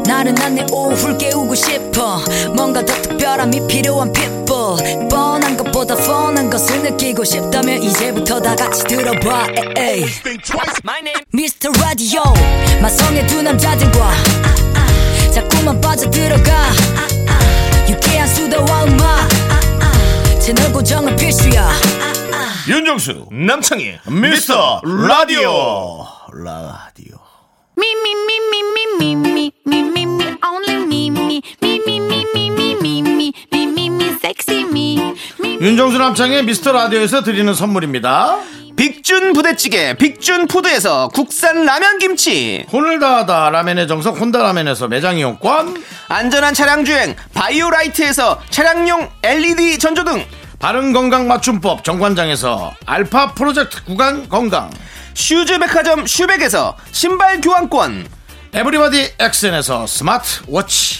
[SPEAKER 5] 나른한 내 오후를 깨우고 싶어 뭔가 더 특별함이 필요한 people 뻔한 것보다 뻔한 것을 느끼고 싶다면 이제부터 다 같이 들어봐 에이. Mr. Radio 마성의 두 남자들과 자꾸만 빠져들어가 유쾌한 수다와 음악 채널 고정은 필수야
[SPEAKER 1] 윤정수 남창의 미스터 라디오. 라디오.
[SPEAKER 6] Me, me, me, me, me, me, me, me, me, me, only me, me, me, me, me, me, me, me, me, me, me, me, sexy me. Me,
[SPEAKER 1] 윤정수 남창의 미스터 라디오에서 드리는 선물입니다.
[SPEAKER 2] 빅준 부대찌개, 빅준 푸드에서 국산 라면 김치,
[SPEAKER 1] 혼을 다하다 라멘의 정석 혼다 라멘에서 매장 이용권
[SPEAKER 2] 안전한 차량 주행, 바이오라이트에서 차량용 LED 전조등,
[SPEAKER 1] 바른 건강 맞춤법 정관장에서 알파 프로젝트 구간 건강
[SPEAKER 2] 슈즈 백화점 슈백에서 신발 교환권,
[SPEAKER 1] 에브리바디 엑센에서 스마트 워치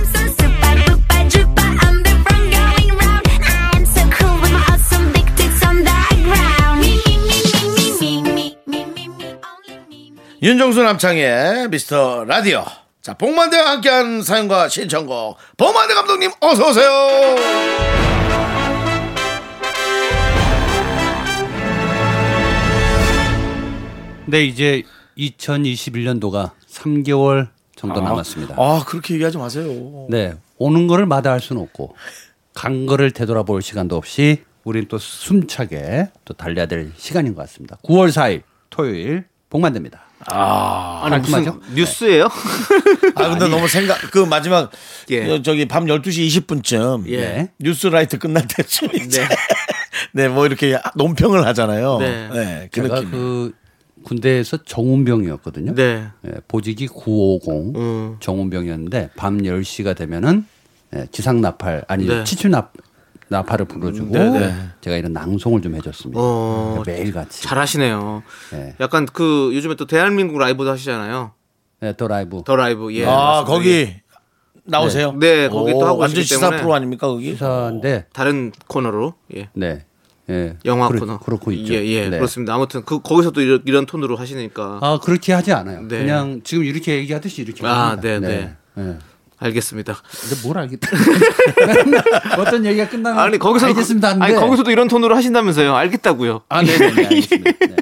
[SPEAKER 6] so super duper duper. I'm the one going round. I'm so cool with my awesome big tits on the ground. Me, me, me, me, me, me, me, me, me, me, only me.
[SPEAKER 1] 윤정수 남창의 미스터 라디오 자 복만대와 함께한 사연과 신청곡 복만대 감독님 어서 오세요
[SPEAKER 7] 네, 이제 2021년도가 3개월 정도 남았습니다.
[SPEAKER 1] 아 그렇게 얘기하지 마세요.
[SPEAKER 7] 네, 오는 거를 마다할 수는 없고 간 거를 되돌아볼 시간도 없이 우린 또 숨차게 또 달려야 될 시간인 것 같습니다. 9월 4일 토요일 복만됩니다. 아, 깔끔하죠?
[SPEAKER 2] 뉴스예요?
[SPEAKER 1] 아 근데 너무 생각 그 마지막
[SPEAKER 2] 예.
[SPEAKER 1] 어, 저기 밤 12시 20분쯤
[SPEAKER 7] 네,
[SPEAKER 2] 예.
[SPEAKER 1] 뉴스라이트 끝날 때쯤 이제 네 뭐 이렇게 논평을 하잖아요.
[SPEAKER 2] 네.
[SPEAKER 1] 네. 그
[SPEAKER 7] 제가
[SPEAKER 1] 느낌.
[SPEAKER 7] 그 군대에서 정운병이었거든요.
[SPEAKER 2] 네.
[SPEAKER 7] 예, 보직이 950
[SPEAKER 2] 음.
[SPEAKER 7] 정운병이었는데 밤 10시가 되면은 예, 지상 나팔 아니
[SPEAKER 2] 네. 음,
[SPEAKER 7] 치추 나 나팔을 불러주고 제가 이런 낭송을 좀 해줬습니다.
[SPEAKER 2] 어,
[SPEAKER 7] 매일 같이
[SPEAKER 2] 잘하시네요
[SPEAKER 7] 네.
[SPEAKER 2] 약간 그 요즘에 또 대한민국 라이브도 하시잖아요
[SPEAKER 7] 더 네, 라이브
[SPEAKER 2] 더 라이브 예
[SPEAKER 1] 아
[SPEAKER 2] 맞습니다. 예.
[SPEAKER 1] 거기 나오세요?
[SPEAKER 2] 네, 거기 또
[SPEAKER 1] 오,
[SPEAKER 2] 하고
[SPEAKER 1] 완전
[SPEAKER 2] 있기
[SPEAKER 1] 시사
[SPEAKER 2] 때문에.
[SPEAKER 1] 프로 아닙니까 거기?
[SPEAKER 7] 시사인데
[SPEAKER 2] 다른 코너로 예
[SPEAKER 7] 네, 예,
[SPEAKER 2] 영화
[SPEAKER 7] 그렇-
[SPEAKER 2] 코너
[SPEAKER 7] 그렇고 있죠.
[SPEAKER 2] 예, 예
[SPEAKER 7] 네.
[SPEAKER 2] 그렇습니다 아무튼 그 거기서 또 이런, 이런 톤으로 하시니까
[SPEAKER 7] 아 그렇게 하지 않아요.
[SPEAKER 2] 네.
[SPEAKER 7] 그냥 지금 이렇게 얘기하듯이 이렇게
[SPEAKER 2] 아, 네,
[SPEAKER 7] 합니다.
[SPEAKER 2] 네.
[SPEAKER 7] 예.
[SPEAKER 2] 알겠습니다
[SPEAKER 7] 근데 뭘 알겠다. 어떤 얘기가 끝나면
[SPEAKER 2] 아니 거기서
[SPEAKER 7] 알겠습니다. 하는데
[SPEAKER 2] 아니 거기서도 그- 이런 톤으로 하신다면서요 알겠다고요
[SPEAKER 7] 아, 네네네. 알겠습니다. 네.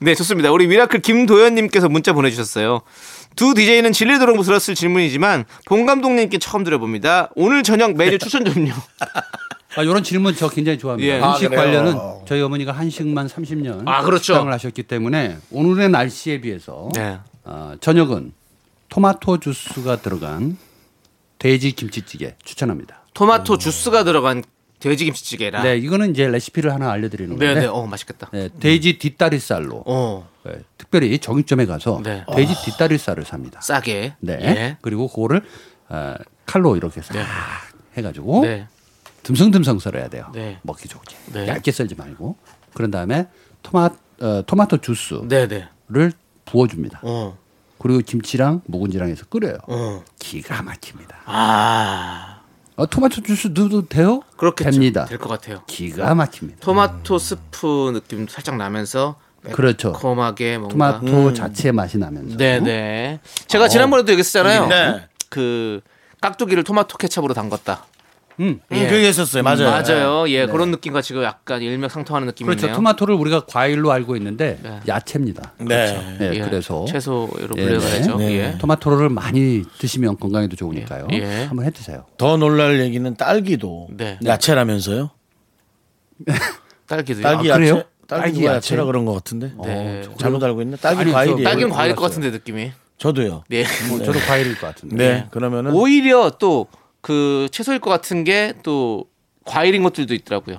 [SPEAKER 2] 네, 좋습니다. 우리 미라클 김도현님께서 문자 보내주셨어요. 두 DJ는 진리도록 물었을 질문이지만, 봉 감독님께 처음 드려봅니다. 오늘 저녁 메뉴 추천 좀요.
[SPEAKER 7] 아, 이런 질문 저 굉장히 좋아합니다.
[SPEAKER 2] 예.
[SPEAKER 7] 한식
[SPEAKER 1] 아, 그래요?
[SPEAKER 7] 관련은 저희 어머니가 한식만 30년
[SPEAKER 2] 아, 그렇죠.
[SPEAKER 7] 식당을 하셨기 때문에 오늘의 날씨에 비해서
[SPEAKER 2] 네.
[SPEAKER 7] 어, 저녁은 토마토 주스가 들어간 돼지 김치찌개 추천합니다.
[SPEAKER 2] 토마토 주스가 들어간 돼지김치찌개라.
[SPEAKER 7] 네, 이거는 이제 레시피를 하나 알려드리는
[SPEAKER 2] 아. 네,
[SPEAKER 7] 건데
[SPEAKER 2] 네. 어, 맛있겠다.
[SPEAKER 7] 네, 돼지 뒷다리살로
[SPEAKER 2] 어,
[SPEAKER 7] 네, 특별히 정육점에 가서
[SPEAKER 2] 네.
[SPEAKER 7] 돼지 뒷다리살을 삽니다.
[SPEAKER 2] 싸게.
[SPEAKER 7] 네,
[SPEAKER 2] 예.
[SPEAKER 7] 그리고 그거를 어, 칼로 이렇게 싹 해가지고
[SPEAKER 2] 네.
[SPEAKER 7] 듬성듬성 썰어야 돼요.
[SPEAKER 2] 네.
[SPEAKER 7] 먹기 좋게.
[SPEAKER 2] 네.
[SPEAKER 7] 얇게 썰지 말고. 그런 다음에 토마, 어, 토마토 주스를
[SPEAKER 2] 네, 네.
[SPEAKER 7] 부어줍니다.
[SPEAKER 2] 어.
[SPEAKER 7] 그리고 김치랑 묵은지랑 해서 끓여요.
[SPEAKER 2] 어.
[SPEAKER 7] 기가 막힙니다.
[SPEAKER 2] 아
[SPEAKER 7] 아, 토마토 주스 넣어도 돼요?
[SPEAKER 2] 그렇겠죠.
[SPEAKER 7] 됩니다.
[SPEAKER 2] 될 것 같아요.
[SPEAKER 7] 기가 막힙니다.
[SPEAKER 2] 토마토 스프 느낌 살짝 나면서
[SPEAKER 7] 그렇죠.
[SPEAKER 2] 매콤하게 뭔가
[SPEAKER 7] 토마토 어. 자체의 맛이 나면서.
[SPEAKER 2] 음. 네네. 제가 지난번에도 얘기했잖아요.
[SPEAKER 1] 네.
[SPEAKER 2] 그 깍두기를 토마토 케첩으로 담갔다.
[SPEAKER 7] 음.
[SPEAKER 1] 음, 그렇게 했었어요. 맞아요.
[SPEAKER 2] 예. 맞아요. 예, 그런 느낌과 지금 약간 일맥상통하는 느낌이네요.
[SPEAKER 7] 네. 그렇죠. 토마토를 우리가 과일로 알고 있는데
[SPEAKER 2] 네.
[SPEAKER 7] 야채입니다.
[SPEAKER 1] 네.
[SPEAKER 7] 네,
[SPEAKER 2] 예,
[SPEAKER 7] 그래서
[SPEAKER 2] 채소로
[SPEAKER 7] 예,
[SPEAKER 2] 불려가야죠.
[SPEAKER 1] 네.
[SPEAKER 2] 예.
[SPEAKER 7] 토마토를 많이 드시면 건강에도 좋으니까요.
[SPEAKER 2] 예. 예.
[SPEAKER 7] 한번 해 드세요.
[SPEAKER 1] 더 놀랄 얘기는 딸기도
[SPEAKER 2] 네.
[SPEAKER 1] 야채라면서요.
[SPEAKER 2] 딸기도.
[SPEAKER 1] 딸기
[SPEAKER 7] 아, 그래요?
[SPEAKER 1] 야채. 딸기
[SPEAKER 7] 딸기
[SPEAKER 1] 야채라
[SPEAKER 7] 야채?
[SPEAKER 1] 그런 것 같은데.
[SPEAKER 2] 네.
[SPEAKER 1] 어, 잘못 알고 있네. 딸기
[SPEAKER 7] 아니, 저
[SPEAKER 1] 과일이에요.
[SPEAKER 2] 딸기는
[SPEAKER 7] 예,
[SPEAKER 2] 과일 것
[SPEAKER 7] 몰랐어요.
[SPEAKER 2] 같은데 느낌이.
[SPEAKER 1] 저도요.
[SPEAKER 2] 네.
[SPEAKER 7] 뭐 저도 과일일 것 같은데.
[SPEAKER 1] 네. 그러면은
[SPEAKER 2] 오히려 또 그 채소일 것 같은 게 또 과일인 것들도 있더라고요.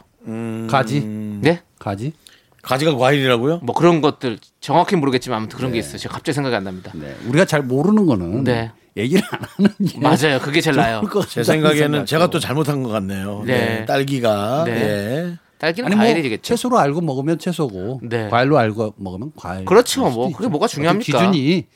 [SPEAKER 7] 가지.
[SPEAKER 2] 네?
[SPEAKER 7] 가지.
[SPEAKER 1] 음, 가지가 과일이라고요?
[SPEAKER 2] 뭐 그런 것들 정확히 모르겠지만 아무튼 그런 게 있어요. 제가 갑자기 생각이 안 납니다.
[SPEAKER 7] 네. 우리가 잘 모르는 거는
[SPEAKER 2] 네.
[SPEAKER 7] 얘기를 안 하는 게
[SPEAKER 2] 맞아요. 그게 제일 나요.
[SPEAKER 7] 좋을 것
[SPEAKER 1] 제
[SPEAKER 7] 같다는
[SPEAKER 1] 생각에는
[SPEAKER 7] 생각이요.
[SPEAKER 1] 제가 또 잘못한 것 같네요.
[SPEAKER 2] 네.
[SPEAKER 1] 네, 딸기가
[SPEAKER 2] 네.
[SPEAKER 1] 예.
[SPEAKER 2] 딸기는
[SPEAKER 7] 아니 뭐
[SPEAKER 2] 과일이겠죠.
[SPEAKER 7] 채소로 알고 먹으면 채소고
[SPEAKER 2] 네.
[SPEAKER 7] 과일로 알고 먹으면 과일.
[SPEAKER 2] 그렇죠.
[SPEAKER 7] 수도
[SPEAKER 2] 뭐,
[SPEAKER 7] 있죠.
[SPEAKER 2] 그게 뭐가 중요합니까?
[SPEAKER 7] 어떤 기준이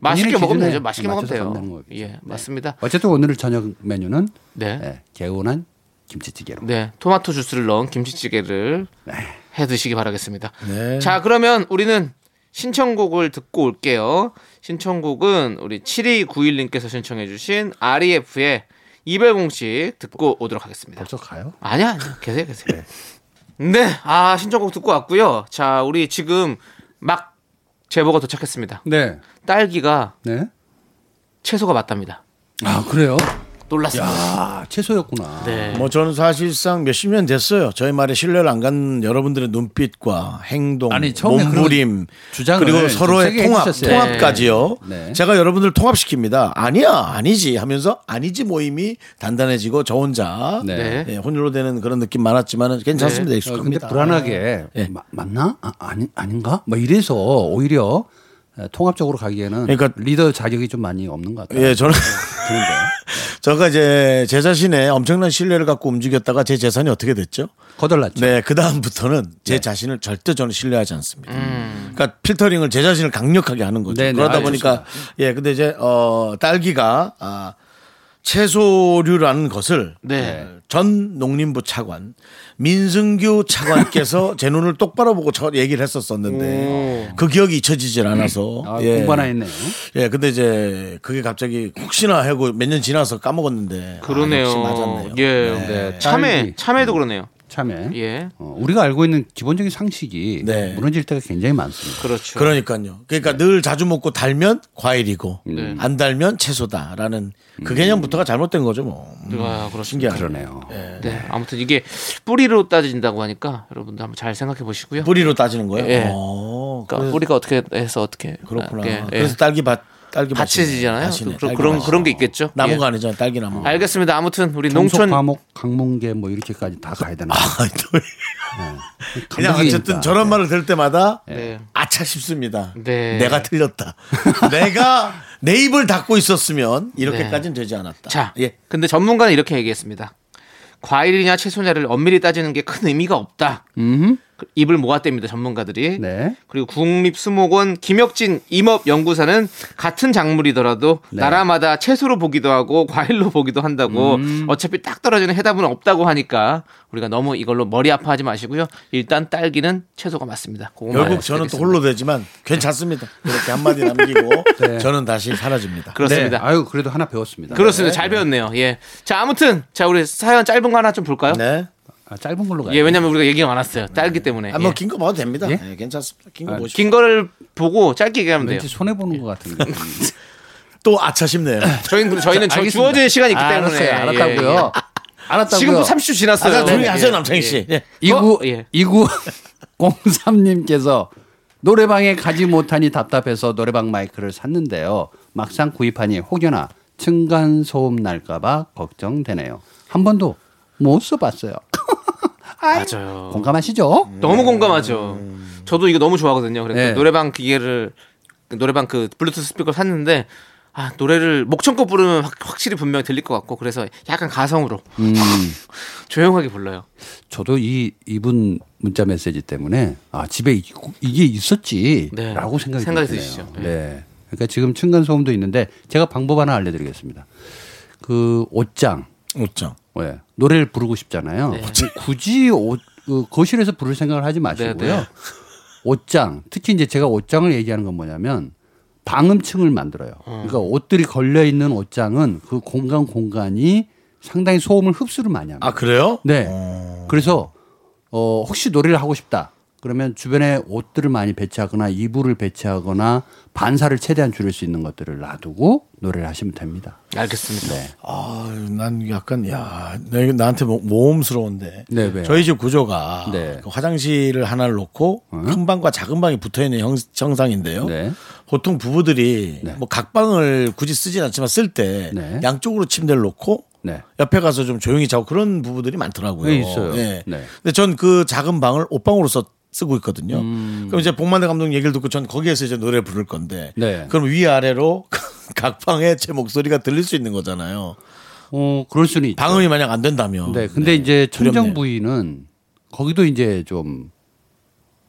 [SPEAKER 2] 맛있게
[SPEAKER 7] 본인의
[SPEAKER 2] 먹으면
[SPEAKER 7] 기준에
[SPEAKER 2] 되죠. 맛있게 먹으면
[SPEAKER 7] 맞춰서
[SPEAKER 2] 돼요.
[SPEAKER 7] 간다는 거겠죠.
[SPEAKER 2] 예,
[SPEAKER 7] 네.
[SPEAKER 2] 맞습니다.
[SPEAKER 7] 어쨌든 오늘 저녁 메뉴는
[SPEAKER 2] 네.
[SPEAKER 7] 예, 개운한 김치찌개로.
[SPEAKER 2] 네, 토마토 주스를 넣은 김치찌개를
[SPEAKER 7] 네.
[SPEAKER 2] 해 드시기 바라겠습니다.
[SPEAKER 1] 네.
[SPEAKER 2] 자, 그러면 우리는 신청곡을 듣고 올게요. 신청곡은 우리 7291님께서 신청해 주신 REF의 이별 공식 듣고 오도록 하겠습니다.
[SPEAKER 7] 벌써 가요?
[SPEAKER 2] 아니야, 아니야. 계세요, 계세요. 네, 아, 신청곡 듣고 왔고요. 자, 우리 지금 막 제보가 도착했습니다.
[SPEAKER 7] 네.
[SPEAKER 2] 딸기가
[SPEAKER 7] 네.
[SPEAKER 2] 채소가 맞답니다.
[SPEAKER 7] 아 그래요?
[SPEAKER 2] 놀랐습니다.
[SPEAKER 7] 아 채소였구나.
[SPEAKER 2] 네.
[SPEAKER 1] 뭐 저는 사실상 몇십 년 됐어요. 저희 말에 신뢰를 안 갖는 여러분들의 눈빛과 행동,
[SPEAKER 7] 아니, 처음에
[SPEAKER 1] 몸부림,
[SPEAKER 7] 그런 주장을
[SPEAKER 1] 그리고
[SPEAKER 7] 좀
[SPEAKER 1] 서로의
[SPEAKER 7] 세게
[SPEAKER 1] 통합,
[SPEAKER 7] 해주셨어요.
[SPEAKER 1] 통합까지요.
[SPEAKER 7] 네.
[SPEAKER 1] 제가 여러분들 통합시킵니다. 아니야, 아니지 하면서 아니지 모임이 단단해지고 저 혼자
[SPEAKER 7] 네.
[SPEAKER 1] 예, 혼혈로 되는 그런 느낌 많았지만은 괜찮습니다.
[SPEAKER 7] 어, 근데
[SPEAKER 1] 익숙합니다.
[SPEAKER 7] 불안하게
[SPEAKER 1] 예.
[SPEAKER 7] 마- 맞나? 아, 아니 아닌가? 뭐 이래서 오히려 예, 통합적으로 가기에는
[SPEAKER 1] 그러니까-
[SPEAKER 7] 리더 자격이 좀 많이 없는 것 같아요.
[SPEAKER 1] 예, 저는
[SPEAKER 7] 그런데
[SPEAKER 1] 제가 이제 제 자신의 엄청난 신뢰를 갖고 움직였다가 제 재산이 어떻게 됐죠?
[SPEAKER 7] 거덜났죠.
[SPEAKER 1] 네, 그 다음부터는 제
[SPEAKER 7] 네.
[SPEAKER 1] 자신을 절대 저는 신뢰하지 않습니다. 그러니까 필터링을 제 자신을 강력하게 하는 거죠.
[SPEAKER 7] 음. 네네,
[SPEAKER 1] 그러다
[SPEAKER 7] 알겠습니다.
[SPEAKER 1] 보니까 예, 근데 이제 어 딸기가 아 채소류라는 것을
[SPEAKER 2] 네.
[SPEAKER 1] 전 농림부 차관 민승규 차관께서 제 눈을 똑바로 보고 저 얘기를 했었었는데 그 기억이 잊혀지질 않아서
[SPEAKER 7] 아, 공부 하나 했네요.
[SPEAKER 1] 예, 근데 이제 그게 갑자기 혹시나 하고 몇 년 지나서 까먹었는데 아,
[SPEAKER 2] 그러네요.
[SPEAKER 1] 역시 맞았네요.
[SPEAKER 2] 예.
[SPEAKER 7] 네.
[SPEAKER 2] 참외,
[SPEAKER 7] 딸기.
[SPEAKER 2] 참외도 그러네요.
[SPEAKER 7] 참에
[SPEAKER 2] 예.
[SPEAKER 7] 어, 우리가 알고 있는 기본적인 상식이
[SPEAKER 1] 네.
[SPEAKER 7] 무너질 때가 굉장히 많습니다.
[SPEAKER 2] 그렇죠.
[SPEAKER 1] 그러니까요. 그러니까 늘 자주 먹고 달면 과일이고
[SPEAKER 2] 음. 네. 아,
[SPEAKER 1] 안 달면 채소다라는 그 개념부터가 잘못된 거죠 뭐.
[SPEAKER 2] 아, 음. 그렇습니다.
[SPEAKER 1] 신기하죠.
[SPEAKER 7] 그러네요.
[SPEAKER 2] 네. 아무튼 이게 뿌리로 따진다고 하니까 여러분들 한번 잘 생각해 보시고요.
[SPEAKER 1] 뿌리로 따지는 거예요.
[SPEAKER 2] 예.
[SPEAKER 1] 어,
[SPEAKER 2] 그러니까 뿌리가 어떻게 해서 어떻게
[SPEAKER 1] 그래서 그렇구나.
[SPEAKER 2] 예, 예.
[SPEAKER 1] 그래서 딸기밭 딸기
[SPEAKER 2] 받쳐지잖아요. 그- 그런- 그런 게 있겠죠. 예.
[SPEAKER 1] 나무가 어. 아니잖아. 딸기 나무.
[SPEAKER 2] 알겠습니다. 아무튼 우리
[SPEAKER 7] 농촌
[SPEAKER 2] 농촌
[SPEAKER 7] 과목 강문계 뭐 이렇게까지 다 가야 되나?
[SPEAKER 1] 아, 또 아, 그냥 어쨌든 저런 말을 들을 때마다
[SPEAKER 2] 네.
[SPEAKER 1] 아차 싶습니다.
[SPEAKER 2] 네.
[SPEAKER 1] 내가 틀렸다. 내가 내 입을 닫고 있었으면 이렇게까지는 되지 않았다.
[SPEAKER 2] 자,
[SPEAKER 1] 예.
[SPEAKER 2] 근데 전문가는 이렇게 얘기했습니다. 과일이냐 채소냐를 엄밀히 따지는 게 큰 의미가 없다. 그 입을 모았답니다. 전문가들이.
[SPEAKER 7] 네.
[SPEAKER 2] 그리고 국립수목원 김혁진 임업연구사는 같은 작물이더라도
[SPEAKER 1] 네.
[SPEAKER 2] 나라마다 채소로 보기도 하고 과일로 보기도 한다고
[SPEAKER 1] 음.
[SPEAKER 2] 어차피 딱 떨어지는 해답은 없다고 하니까 우리가 너무 이걸로 머리 아파하지 마시고요. 일단 딸기는 채소가 맞습니다. 그것만
[SPEAKER 1] 결국 저는 또
[SPEAKER 2] 말씀드리겠습니다.
[SPEAKER 1] 홀로 되지만 괜찮습니다. 이렇게 한마디 남기고 저는 다시 사라집니다.
[SPEAKER 2] 그렇습니다.
[SPEAKER 7] 아유 네. 그래도 하나 배웠습니다.
[SPEAKER 2] 그렇습니다. 잘 배웠네요. 예. 자, 아무튼 자 우리 사연 짧은 거 하나 좀 볼까요?
[SPEAKER 1] 네.
[SPEAKER 7] 아, 짧은 걸로 가요.
[SPEAKER 2] 예, 왜냐면 우리가 얘기가 많았어요. 딸기 때문에.
[SPEAKER 1] 아,
[SPEAKER 2] 예.
[SPEAKER 1] 뭐긴 거 봐도 됩니다.
[SPEAKER 7] 예?
[SPEAKER 1] 예, 괜찮습니다. 긴 거
[SPEAKER 7] 아,
[SPEAKER 1] 보십시오.
[SPEAKER 2] 긴 거를 보고 짧게 얘기하면 돼요.
[SPEAKER 7] 왠지 손해 보는 것 같은데.
[SPEAKER 1] 또 아차 싶네요.
[SPEAKER 2] 저희는 저희는 저
[SPEAKER 7] 알겠습니다.
[SPEAKER 2] 주어진 시간이 있기
[SPEAKER 7] 아,
[SPEAKER 2] 때문에
[SPEAKER 7] 알았어요. 알았다고요.
[SPEAKER 2] 예, 예.
[SPEAKER 7] 알았다고요.
[SPEAKER 2] 지금 30초 지났어요.
[SPEAKER 1] 아, 조용히
[SPEAKER 2] 예.
[SPEAKER 1] 하세요, 남창희 씨. 예.
[SPEAKER 7] 이구
[SPEAKER 2] 어? 예.
[SPEAKER 7] 이구 공삼님께서 노래방에 가지 못하니 답답해서 노래방 마이크를 샀는데요. 막상 구입하니 혹여나 층간 소음 날까봐 걱정되네요. 한 번도 못 써봤어요. 아이,
[SPEAKER 2] 맞아요.
[SPEAKER 7] 공감하시죠?
[SPEAKER 2] 너무 공감하죠. 저도 이거 너무 좋아하거든요. 그러니까
[SPEAKER 7] 네.
[SPEAKER 2] 노래방 기계를 그 노래방 그 블루투스 스피커를 샀는데 아 노래를 목청껏 부르면 확, 확실히 분명히 들릴 것 같고 그래서 약간 가성으로 조용하게 불러요.
[SPEAKER 7] 저도 이 이분 문자 메시지 때문에 아 집에 이- 이게
[SPEAKER 2] 네.
[SPEAKER 7] 있었지라고 생각이
[SPEAKER 2] 생각이
[SPEAKER 7] 드네요.
[SPEAKER 2] 드시죠. 네.
[SPEAKER 7] 네. 그러니까 지금 층간 소음도 있는데 제가 방법 하나 알려드리겠습니다. 그 옷장,
[SPEAKER 1] 웃죠.
[SPEAKER 7] 예, 노래를 부르고 싶잖아요.
[SPEAKER 2] 네.
[SPEAKER 7] 굳이 옷, 그 거실에서 부를 생각을 하지 마시고요.
[SPEAKER 2] 네, 네.
[SPEAKER 7] 옷장, 특히 이제 제가 옷장을 얘기하는 건 뭐냐면 방음층을 만들어요. 그러니까 옷들이 걸려 있는 옷장은 그 공간 공간이 상당히 소음을 흡수를 많이 합니다.
[SPEAKER 1] 아 그래요?
[SPEAKER 7] 네. 그래서 어 혹시 노래를 하고 싶다. 그러면 주변에 옷들을 많이 배치하거나 이불을 배치하거나 반사를 최대한 줄일 수 있는 것들을 놔두고 노래를 하시면 됩니다. 네.
[SPEAKER 2] 알겠습니다.
[SPEAKER 1] 아난 약간 야 나 이거 나한테 뭐, 모, 모험스러운데.
[SPEAKER 7] 네, 왜요?
[SPEAKER 1] 저희 집 구조가
[SPEAKER 7] 네.
[SPEAKER 1] 그 화장실을 하나를 놓고 큰 방과 작은 방이 붙어 있는 형상인데요.
[SPEAKER 7] 네.
[SPEAKER 1] 보통 부부들이 뭐 각방을 굳이 쓰진 않지만 쓸 때
[SPEAKER 7] 네.
[SPEAKER 1] 양쪽으로 침대를 놓고
[SPEAKER 7] 네.
[SPEAKER 1] 옆에 가서 좀 조용히 자고 그런 부부들이 많더라고요.
[SPEAKER 7] 네, 있어요.
[SPEAKER 1] 예.
[SPEAKER 7] 네.
[SPEAKER 1] 근데 전 그 작은 방을 옷방으로 써 쓰고 있거든요.
[SPEAKER 2] 음.
[SPEAKER 1] 그럼 이제 복만대 감독 얘기를 듣고 전 거기에서 이제 노래 부를 건데
[SPEAKER 7] 네.
[SPEAKER 1] 그럼 위아래로 각 방에 제 목소리가 들릴 수 있는 거잖아요.
[SPEAKER 7] 어 그럴 수는 있죠.
[SPEAKER 1] 방음이 만약 안 된다면.
[SPEAKER 7] 네. 근데 이제 천정
[SPEAKER 1] 어, 두렵네요.
[SPEAKER 7] 부위는 거기도 이제 좀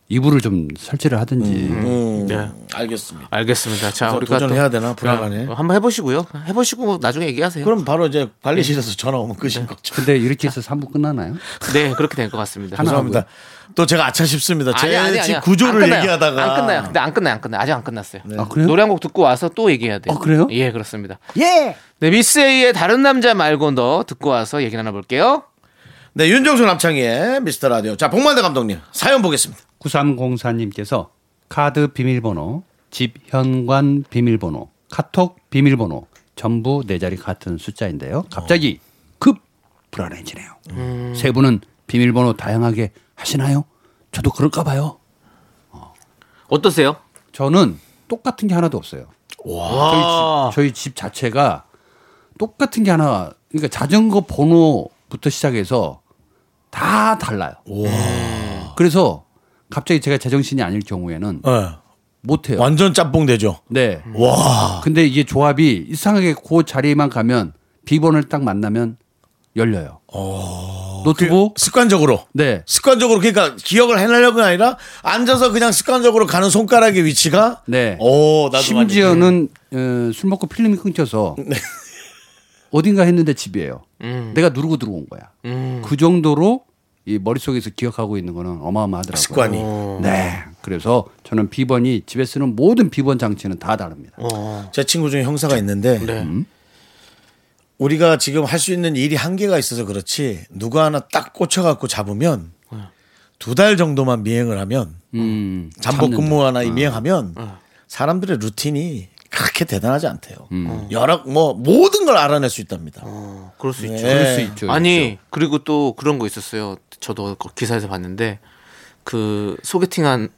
[SPEAKER 7] 이불을 좀 설치를 하든지
[SPEAKER 1] 음,
[SPEAKER 2] 네.
[SPEAKER 1] 알겠습니다.
[SPEAKER 2] 알겠습니다. 자,
[SPEAKER 1] 그래서
[SPEAKER 2] 우리가 또
[SPEAKER 1] 도전해야 되나? 불안하네.
[SPEAKER 2] 어, 한번 해보시고요. 해보시고 뭐 나중에 얘기하세요.
[SPEAKER 1] 그럼 바로 이제 관리실에서 전화 오면 끝인 거죠.
[SPEAKER 7] 근데 이렇게 해서 3부 끝나나요?
[SPEAKER 2] 네, 그렇게 될 것 같습니다.
[SPEAKER 1] 죄송합니다. 또 제가 아차 싶습니다.
[SPEAKER 2] 아니, 아니,
[SPEAKER 1] 제
[SPEAKER 2] 아니,
[SPEAKER 1] 집 구조를
[SPEAKER 2] 안 끝나요.
[SPEAKER 1] 얘기하다가 네.
[SPEAKER 2] 안 끝나요. 근데 안 끝나요. 안 끝나요. 아직 안 끝났어요.
[SPEAKER 7] 아, 그래요?
[SPEAKER 2] 노래 한 곡 듣고 와서 또 얘기해야 돼요.
[SPEAKER 7] 아, 그래요?
[SPEAKER 2] 예, 그렇습니다.
[SPEAKER 7] 예.
[SPEAKER 2] 네, 미스 A의 다른 남자 말고 너 듣고 와서 얘기 나눠볼게요.
[SPEAKER 1] 네, 윤정수 남창희의 미스터 라디오. 자, 복만대 감독님 사연 보겠습니다.
[SPEAKER 7] 9304님께서 카드 비밀번호, 집 현관 비밀번호, 카톡 비밀번호 전부 네 자리 같은 숫자인데요. 갑자기 급 불안해지네요. 세 분은 비밀번호 다양하게 하시나요? 저도 그럴까 봐요.
[SPEAKER 2] 어떠세요?
[SPEAKER 7] 저는 똑같은 게 하나도 없어요.
[SPEAKER 2] 아.
[SPEAKER 1] 아.
[SPEAKER 7] 저희, 집, 저희 집 자체가 똑같은 게 하나, 그러니까 자전거 번호부터 시작해서 다 달라요. 그래서 갑자기 제가 제정신이 아닐 경우에는 못해요.
[SPEAKER 1] 어. 완전 짬뽕 되죠.
[SPEAKER 7] 네.
[SPEAKER 1] 와.
[SPEAKER 7] 근데 이게 조합이 이상하게 그 자리에만 가면 비번을 딱 만나면 열려요.
[SPEAKER 1] 어.
[SPEAKER 7] 노트북,
[SPEAKER 1] 그 습관적으로.
[SPEAKER 7] 네.
[SPEAKER 1] 습관적으로 그러니까 기억을 해내려고 아니라 앉아서 그냥 습관적으로 가는 손가락의 위치가
[SPEAKER 7] 네.
[SPEAKER 1] 오, 나도 네.
[SPEAKER 7] 심지어는 어, 술 먹고 필름이 끊겨서 어딘가 했는데 집이에요.
[SPEAKER 1] 음.
[SPEAKER 7] 내가 누르고 들어온 거야. 그 정도로 이 머릿속에서 기억하고 있는 거는 어마어마하더라고요.
[SPEAKER 1] 습관이. 어.
[SPEAKER 7] 네. 그래서 저는 비번이 집에 쓰는 모든 비번 장치는 다 다릅니다.
[SPEAKER 1] 제 친구 중에 형사가 있는데
[SPEAKER 2] 네.
[SPEAKER 1] 음. 우리가 지금 할 수 있는 일이 한계가 있어서 그렇지 누가 하나 딱 꽂혀갖고 잡으면 두 달 정도만 미행을 하면
[SPEAKER 7] 음.
[SPEAKER 1] 잠복
[SPEAKER 7] 참는다.
[SPEAKER 1] 근무 하나 미행하면 사람들의 루틴이 그렇게 대단하지 않대요. 여러 뭐 모든 걸 알아낼 수 있답니다.
[SPEAKER 2] 어. 그럴 수 있죠.
[SPEAKER 1] 그럴 수
[SPEAKER 7] 있죠,
[SPEAKER 2] 아니 그리고 또 그런 거 있었어요. 저도 그 기사에서 봤는데 그 소개팅한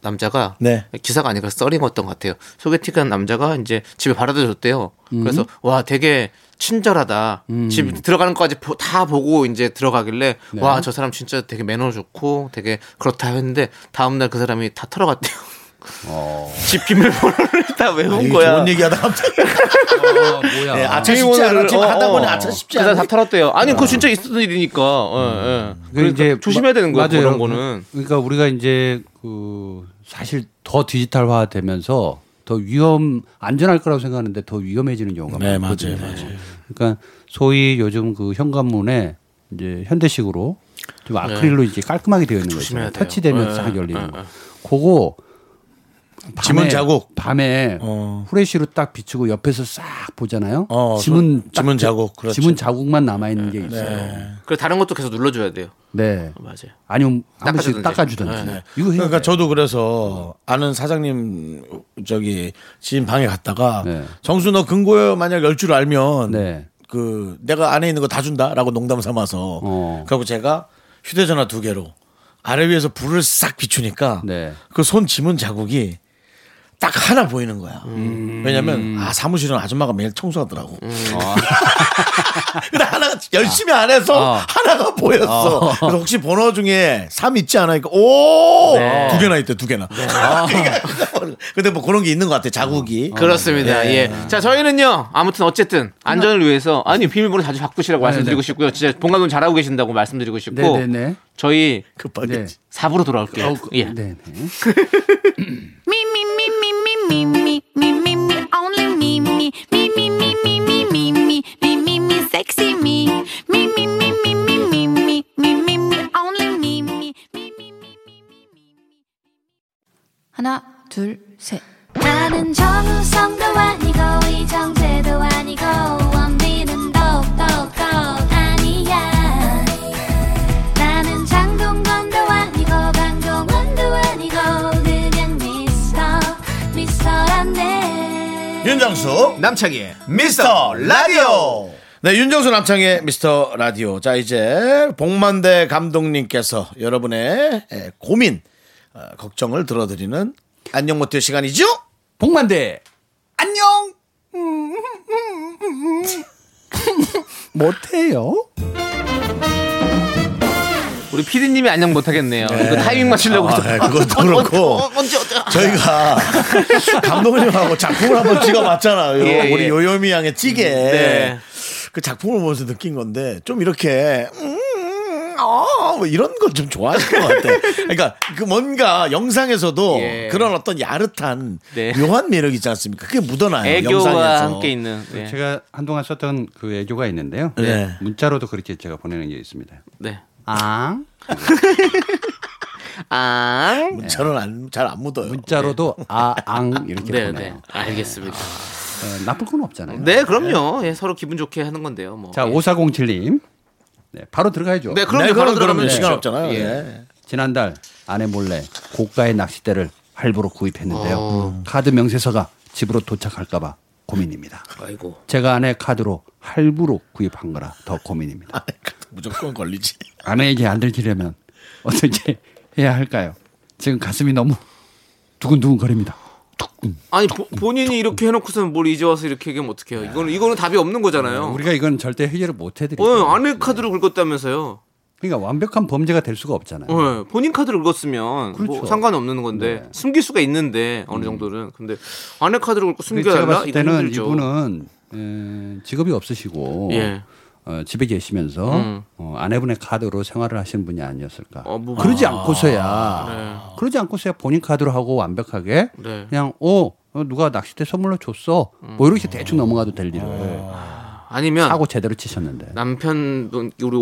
[SPEAKER 2] 남자가
[SPEAKER 1] 네.
[SPEAKER 2] 기사가 아니라 썰이었던 것 같아요. 소개팅한 남자가 이제 집에 바라다 줬대요. 그래서 와 되게 친절하다. 집 들어가는 거까지 보- 다 보고 이제 들어가길래 와 저 사람 진짜 되게 매너 좋고 되게 그렇다 했는데 다음 날 그 사람이 다 털어갔대요. 집 비밀번호를 다 외운
[SPEAKER 1] 아, 에이,
[SPEAKER 2] 거야.
[SPEAKER 1] 좋은 얘기하다 갑자기.
[SPEAKER 7] 아, 뭐야.
[SPEAKER 1] 네, 아차 쉽지 않아. 지금
[SPEAKER 2] 어,
[SPEAKER 1] 하다 보니
[SPEAKER 2] 어.
[SPEAKER 1] 아차 쉽지
[SPEAKER 2] 그래서
[SPEAKER 1] 않아.
[SPEAKER 2] 다 털었대요. 아니 그거 진짜 있었던 일이니까. 예, 예. 어. 그러니까 조심해야 되는 거예요.
[SPEAKER 7] 맞아요.
[SPEAKER 2] 그런 거는.
[SPEAKER 7] 그러니까 우리가 이제 그 사실 더 디지털화 되면서 더 위험 안전할 거라고 생각하는데 더 위험해지는 경우가
[SPEAKER 1] 네,
[SPEAKER 7] 많거든요.
[SPEAKER 1] 맞아요, 맞아요.
[SPEAKER 7] 그러니까 소위 요즘 그 현관문에 이제 현대식으로 좀 아크릴로 이제 깔끔하게 되어 있는 거
[SPEAKER 2] 네. 조심해야
[SPEAKER 7] 있잖아요.
[SPEAKER 2] 돼요.
[SPEAKER 7] 터치되면
[SPEAKER 2] 네,
[SPEAKER 7] 싹 열리는
[SPEAKER 2] 네,
[SPEAKER 7] 거. 그거 밤에-
[SPEAKER 1] 지문 자국.
[SPEAKER 7] 밤에
[SPEAKER 1] 어.
[SPEAKER 7] 후레쉬로 딱 비추고 옆에서 싹 보잖아요.
[SPEAKER 1] 어,
[SPEAKER 7] 지문
[SPEAKER 1] 손-
[SPEAKER 7] 딱
[SPEAKER 1] 지문
[SPEAKER 7] 그-
[SPEAKER 1] 자국, 그렇죠. 네.
[SPEAKER 7] 지문 자국만 남아 있는 게 있어요.
[SPEAKER 2] 그리고 다른 것도 계속 눌러줘야 돼요. 어,
[SPEAKER 7] 네.
[SPEAKER 2] 맞아요.
[SPEAKER 7] 아니면 한
[SPEAKER 2] 닦아주든지.
[SPEAKER 7] 번씩 닦아주든지.
[SPEAKER 1] 네.
[SPEAKER 7] 이거 해야
[SPEAKER 1] 그러니까
[SPEAKER 7] 돼.
[SPEAKER 1] 저도 그래서 아는 사장님 저기 지인 방에 갔다가
[SPEAKER 7] 네.
[SPEAKER 1] 정수 너 금고에 만약 열 줄 알면
[SPEAKER 7] 네.
[SPEAKER 1] 그 내가 안에 있는 거 다 준다라고 농담 삼아서
[SPEAKER 7] 어.
[SPEAKER 1] 그리고 제가 휴대전화 두 개로 아래 위에서 불을 싹 비추니까
[SPEAKER 7] 네.
[SPEAKER 1] 그 손 지문 자국이 딱 하나 보이는 거야. 왜냐면 아 사무실은 아줌마가 매일 청소하더라고. 근데 하나 가 열심히 안 해서
[SPEAKER 7] 아.
[SPEAKER 1] 하나가 보였어. 그래서 혹시 번호 중에 3 있지 않으니까 오두
[SPEAKER 2] 네.
[SPEAKER 1] 개나 있대 두 개나.
[SPEAKER 7] 아.
[SPEAKER 1] 그러니까 근데 뭐 그런 게 있는 것 같아
[SPEAKER 7] 어.
[SPEAKER 1] 자국이.
[SPEAKER 2] 그렇습니다. 예. 자, 저희는요. 아무튼 어쨌든 안전을 위해서 아니 비밀번호 자주 바꾸시라고 말씀드리고 싶고요. 진짜 봉감독 잘하고 계신다고 말씀드리고 싶고
[SPEAKER 7] 네네네.
[SPEAKER 2] 저희
[SPEAKER 1] 급하게.
[SPEAKER 7] 네.
[SPEAKER 2] 4부로 돌아올게요. 예.
[SPEAKER 7] 네네.
[SPEAKER 6] me me me me me me me me me me, me, me, me, me, me, me, me, me, me, me, sexy me, me, me, me, me, me, me, me, me, me, me, only me, me, me, me, me.
[SPEAKER 8] 하나, 둘, 셋.
[SPEAKER 6] 나는 정우성도 아니고 이정재도 아니고 원빈은 더욱더 아니야 나는 장동건도 아니고 강동원도 아니고 그냥 미스터 미스터란데
[SPEAKER 1] 윤정수 남창희의 미스터 라디오 네 윤정수 남창희의 미스터 라디오 자 이제 복만대 감독님께서 여러분의 예, 고민 어, 걱정을 들어드리는 안녕 못해 시간이죠
[SPEAKER 7] 복만대 안녕
[SPEAKER 1] 뭐
[SPEAKER 7] 못해요
[SPEAKER 2] 우리 피디님이 안녕 못하겠네요. 이거 타이밍 맞추려고
[SPEAKER 1] 아,
[SPEAKER 2] 또
[SPEAKER 1] 네, 그것도 그렇고 저희가 감독님하고 작품을 한번 찍어봤잖아요.
[SPEAKER 2] 예, 예.
[SPEAKER 1] 우리 요요미 양의 찌개
[SPEAKER 2] 네.
[SPEAKER 1] 그 작품을 보면서 느낀 건데 좀 이렇게 음, 어, 뭐 이런 걸 좀 좋아하실 것 같아. 그러니까 그 뭔가 영상에서도
[SPEAKER 2] 예.
[SPEAKER 1] 그런 어떤 야릇한
[SPEAKER 2] 네.
[SPEAKER 1] 묘한 매력 있지 않습니까? 그게
[SPEAKER 2] 아,
[SPEAKER 1] 묻어나요.
[SPEAKER 2] 애교와
[SPEAKER 1] 영상에서.
[SPEAKER 2] 함께 있는 네.
[SPEAKER 7] 제가 한동안 썼던 그 애교가 있는데요
[SPEAKER 2] 예.
[SPEAKER 1] 네.
[SPEAKER 7] 문자로도 그렇게 제가 보내는 게 있습니다
[SPEAKER 2] 네.
[SPEAKER 7] 아
[SPEAKER 2] 아.
[SPEAKER 1] 문자로는 안- 잘 안 묻어요.
[SPEAKER 7] 문자로도 아앙
[SPEAKER 2] 예.
[SPEAKER 7] 이렇게
[SPEAKER 2] 네, 네.
[SPEAKER 7] 보내요
[SPEAKER 2] 알겠습니다.
[SPEAKER 7] 어, 나쁠 건 없잖아요
[SPEAKER 2] 네, 그럼요. 예, 서로 기분 좋게 하는 건데요. 뭐.
[SPEAKER 7] 자
[SPEAKER 2] 예.
[SPEAKER 7] 5407님 네, 바로 들어가야죠
[SPEAKER 2] 네,
[SPEAKER 1] 네,
[SPEAKER 2] 그럼요. 바로
[SPEAKER 1] 그럼
[SPEAKER 2] 들어가면
[SPEAKER 1] 그러면 시간
[SPEAKER 2] 되죠.
[SPEAKER 1] 없잖아요.
[SPEAKER 2] 예.
[SPEAKER 1] 예.
[SPEAKER 7] 지난달 아내 몰래 고가의 낚싯대를 할부로 구입했는데요.
[SPEAKER 2] 어.
[SPEAKER 7] 카드 명세서가 집으로 도착할까봐 고민입니다.
[SPEAKER 2] 아이고.
[SPEAKER 7] 제가 아내 카드로 할부로 구입한 거라 더 고민입니다.
[SPEAKER 1] 무조건 걸리지.
[SPEAKER 7] 아내에게 안 들키려면 어떻게 해야 할까요? 지금 가슴이 너무 두근두근 거립니다.
[SPEAKER 2] 아니 보- 본인이 이렇게 해놓고서는 뭘 이제 와서 이렇게 얘기하면 어떡해요 이거는 이거는 답이 없는 거잖아요
[SPEAKER 7] 네. 음, 우리가 이건 절대 해결을 못 해드리죠.
[SPEAKER 2] 어, 아내 카드로 긁었다면서요
[SPEAKER 7] 그러니까 완벽한 범죄가 될 수가 없잖아요.
[SPEAKER 2] 어, 본인 카드를 긁었으면 뭐
[SPEAKER 7] 그렇죠.
[SPEAKER 2] 상관없는 건데
[SPEAKER 7] 네. 음.
[SPEAKER 2] 숨길 수가 있는데 어느 정도는 근데 아내 카드로 긁고
[SPEAKER 7] 근데 제가
[SPEAKER 2] 숨겨달라
[SPEAKER 7] 봤을
[SPEAKER 2] 그러니까 이거
[SPEAKER 7] 때는
[SPEAKER 2] 힘들죠
[SPEAKER 7] 이분은 음, 직업이 없으시고
[SPEAKER 2] 예.
[SPEAKER 7] 어, 집에 계시면서
[SPEAKER 2] 음.
[SPEAKER 7] 어, 아내분의 카드로 생활을 하시는 분이 아니었을까.
[SPEAKER 2] 어, 뭐- 아,
[SPEAKER 7] 그러지 않고서야
[SPEAKER 2] 예.
[SPEAKER 7] 어. 그러지 않고서야 본인 카드로 하고 완벽하게
[SPEAKER 2] 네.
[SPEAKER 7] 그냥 어 어, 누가 낚싯대 선물로 줬어 뭐
[SPEAKER 1] 음.
[SPEAKER 7] 이렇게 대충 넘어가도 될 일을
[SPEAKER 1] 아.
[SPEAKER 2] 아니면
[SPEAKER 7] 하고 제대로 치셨는데
[SPEAKER 2] 남편분 우리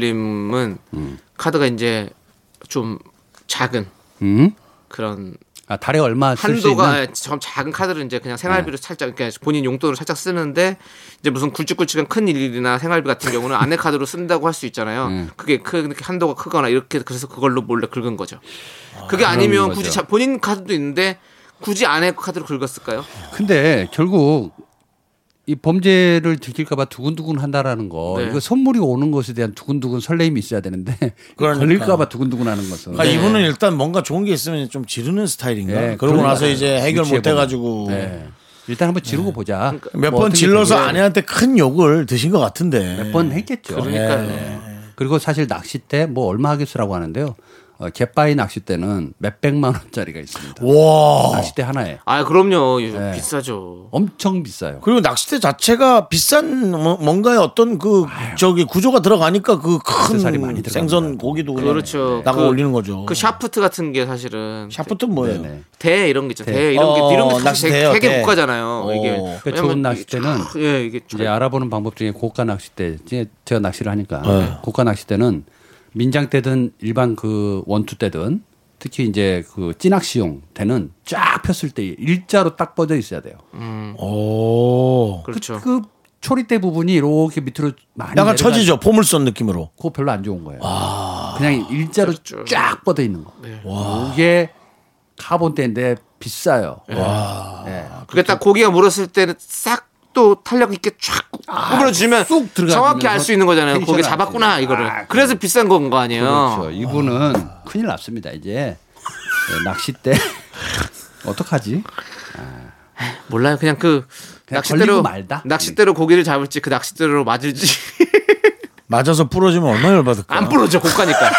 [SPEAKER 2] 5407님은 카드가 이제 좀 작은
[SPEAKER 7] 음?
[SPEAKER 2] 그런
[SPEAKER 7] 아, 달에 얼마 쓸 수 있는 네.
[SPEAKER 2] 한도가 좀 작은 카드를 이제 그냥 생활비로 살짝 그러니까 본인 용돈으로 살짝 쓰는데 이제 무슨 굵직굵직한 큰 일이나 생활비 같은 경우는 아내 카드로 쓴다고 할 수 있잖아요.
[SPEAKER 7] 네.
[SPEAKER 2] 그게 크, 한도가 크거나 이렇게 그래서 그걸로 몰래 긁은 거죠. 그게 아니면
[SPEAKER 7] 거죠.
[SPEAKER 2] 굳이 자- 본인 카드도 있는데 굳이 아내 카드로 긁었을까요?
[SPEAKER 7] 어, 근데 결국 이 범죄를 들킬까봐 두근두근 한다라는 거
[SPEAKER 2] 네.
[SPEAKER 7] 이거 선물이 오는 것에 대한 두근두근 설레임이 있어야 되는데
[SPEAKER 1] 그러니까.
[SPEAKER 7] 걸릴까봐 두근두근하는 것은
[SPEAKER 1] 아, 이분은 일단 뭔가 좋은 게 있으면 좀 지르는 스타일인가?
[SPEAKER 7] 예,
[SPEAKER 1] 그러고
[SPEAKER 7] 그런
[SPEAKER 1] 나서
[SPEAKER 7] 것
[SPEAKER 1] 이제
[SPEAKER 7] 같아요.
[SPEAKER 1] 해결 못
[SPEAKER 7] 위치에
[SPEAKER 1] 해가지고 그러니까
[SPEAKER 7] 보면. 네. 일단 한번 지르고 보자.
[SPEAKER 1] 몇 번
[SPEAKER 7] 뭐 어떻게
[SPEAKER 1] 질러서
[SPEAKER 7] 되게
[SPEAKER 1] 아내한테 큰 욕을 드신 것 같은데.
[SPEAKER 7] 몇번 했겠죠. 예.
[SPEAKER 2] 그러니까요.
[SPEAKER 7] 네.
[SPEAKER 1] 네.
[SPEAKER 7] 어. 그리고 사실 낚싯대 뭐 얼마 하겠어라고 하는데요. 어, 갯바위 낚싯대는 몇 백만 원짜리가 있습니다.
[SPEAKER 1] 와.
[SPEAKER 7] 낚싯대 하나에
[SPEAKER 2] 아 그럼요. 요즘
[SPEAKER 7] 네.
[SPEAKER 2] 비싸죠.
[SPEAKER 7] 엄청 비싸요.
[SPEAKER 1] 그리고 낚싯대 자체가 비싼 뭐- 뭔가의 어떤 그 저기 구조가 들어가니까 그
[SPEAKER 7] 액세서리
[SPEAKER 1] 큰
[SPEAKER 7] 많이 들어갑니다. 네.
[SPEAKER 1] 생선 고기도 그냥
[SPEAKER 2] 그렇죠.
[SPEAKER 1] 나가
[SPEAKER 2] 그-
[SPEAKER 1] 올리는
[SPEAKER 7] 어.
[SPEAKER 1] 거죠.
[SPEAKER 2] 그 샤프트 같은 게 사실은
[SPEAKER 1] 샤프트 뭐예요?
[SPEAKER 7] 네네.
[SPEAKER 2] 대 이런 게 있죠. 대, 이런 게
[SPEAKER 1] 어,
[SPEAKER 2] 이런 게 사실
[SPEAKER 1] 낚싯대요,
[SPEAKER 2] 되게, 되게
[SPEAKER 1] 대.
[SPEAKER 2] 고가잖아요.
[SPEAKER 1] 어.
[SPEAKER 2] 이게
[SPEAKER 1] 그러니까
[SPEAKER 2] 왜냐면
[SPEAKER 7] 좋은
[SPEAKER 2] 이게
[SPEAKER 7] 낚싯대는
[SPEAKER 2] 쫙- 예 이게 쫙-
[SPEAKER 7] 이제 알아보는 방법 중에 고가 낚싯대 이제 제가 낚시를 하니까
[SPEAKER 1] 네.
[SPEAKER 7] 고가 낚싯대는 민장대든 일반 그 원투대든 특히 이제 그 찌낚시용 대는 쫙 폈을 때 일자로 딱 뻗어 있어야 돼요.
[SPEAKER 1] 오.
[SPEAKER 2] 그렇죠.
[SPEAKER 7] 그, 그 초리대 부분이 이렇게 밑으로 많이
[SPEAKER 1] 약간
[SPEAKER 7] 그 내려가-
[SPEAKER 1] 처지죠. 포물선 느낌으로.
[SPEAKER 7] 그거 별로 안 좋은 거예요. 그냥 일자로
[SPEAKER 2] 쭉. 네.
[SPEAKER 7] 쫙 뻗어 있는 거. 이게 카본대인데 비싸요. 네.
[SPEAKER 2] 그게 딱 고기가 물었을 때는 싹 또 탄력 있게 쫙 구부러지면
[SPEAKER 7] 쑥 아, 들어가면서
[SPEAKER 2] 정확히 알 수 있는 거잖아요.
[SPEAKER 7] 텐션을
[SPEAKER 2] 고기 잡았구나
[SPEAKER 7] 알지.
[SPEAKER 2] 이거를.
[SPEAKER 7] 아,
[SPEAKER 2] 그래서 비싼 건 거 아니에요.
[SPEAKER 7] 그렇죠. 이분은 큰일 났습니다. 이제 네, 낚싯대 어떡하지?
[SPEAKER 2] 몰라요. 그냥 그
[SPEAKER 7] 그냥
[SPEAKER 2] 낚싯대로
[SPEAKER 7] 걸리고 말다.
[SPEAKER 2] 낚싯대로 고기를 잡을지 그 낚싯대로 맞을지
[SPEAKER 1] 맞아서 부러지면 얼마나 열받을까?
[SPEAKER 2] 안 부러져 고가니까.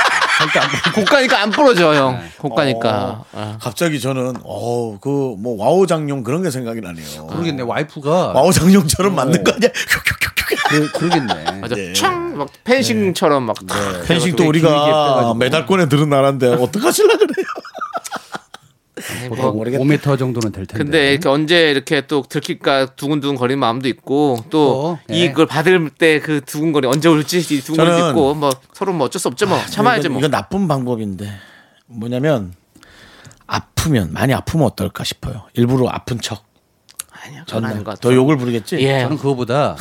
[SPEAKER 2] 고가니까 안 부러져 형.
[SPEAKER 7] 네.
[SPEAKER 2] 고가니까.
[SPEAKER 7] 어.
[SPEAKER 2] 아.
[SPEAKER 1] 어. 갑자기 저는 어우 그 뭐 와우 장룡 그런 게 생각이 나네요.
[SPEAKER 7] 모르겠네. 와이프가
[SPEAKER 1] 와우 장룡처럼
[SPEAKER 2] 네.
[SPEAKER 1] 만든 거 아니야?
[SPEAKER 7] 어, 그, 그러겠네. 네.
[SPEAKER 2] 맞아. 촥막 펜싱처럼 막. 탁
[SPEAKER 1] 펜싱도
[SPEAKER 2] 해가지고.
[SPEAKER 1] 우리가 메달권에 들은 나라인데 어떡하실라 그래요?
[SPEAKER 2] 뭐
[SPEAKER 1] 모르겠
[SPEAKER 7] 5m 정도는 될 텐데.
[SPEAKER 1] 네.
[SPEAKER 2] 근데 이렇게 언제 이렇게 또 들킬까 두근두근 거리는 마음도 있고 또
[SPEAKER 7] 어, 예.
[SPEAKER 2] 이걸 받을 때 그 두근거리 언제 올지 이 두근거리도
[SPEAKER 1] 저는-
[SPEAKER 2] 있고 뭐 서로 뭐 어쩔 수 없죠 뭐 참아야지
[SPEAKER 1] 이건,
[SPEAKER 2] 뭐
[SPEAKER 1] 이건 나쁜 방법인데 뭐냐면 아프면 많이 아프면 어떨까 싶어요. 일부러 아픈 척.
[SPEAKER 2] 아니야 그건 아닌
[SPEAKER 1] 전날
[SPEAKER 2] 것 같아요.
[SPEAKER 1] 더 욕을 부르겠지.
[SPEAKER 2] 예.
[SPEAKER 7] 저는 그거보다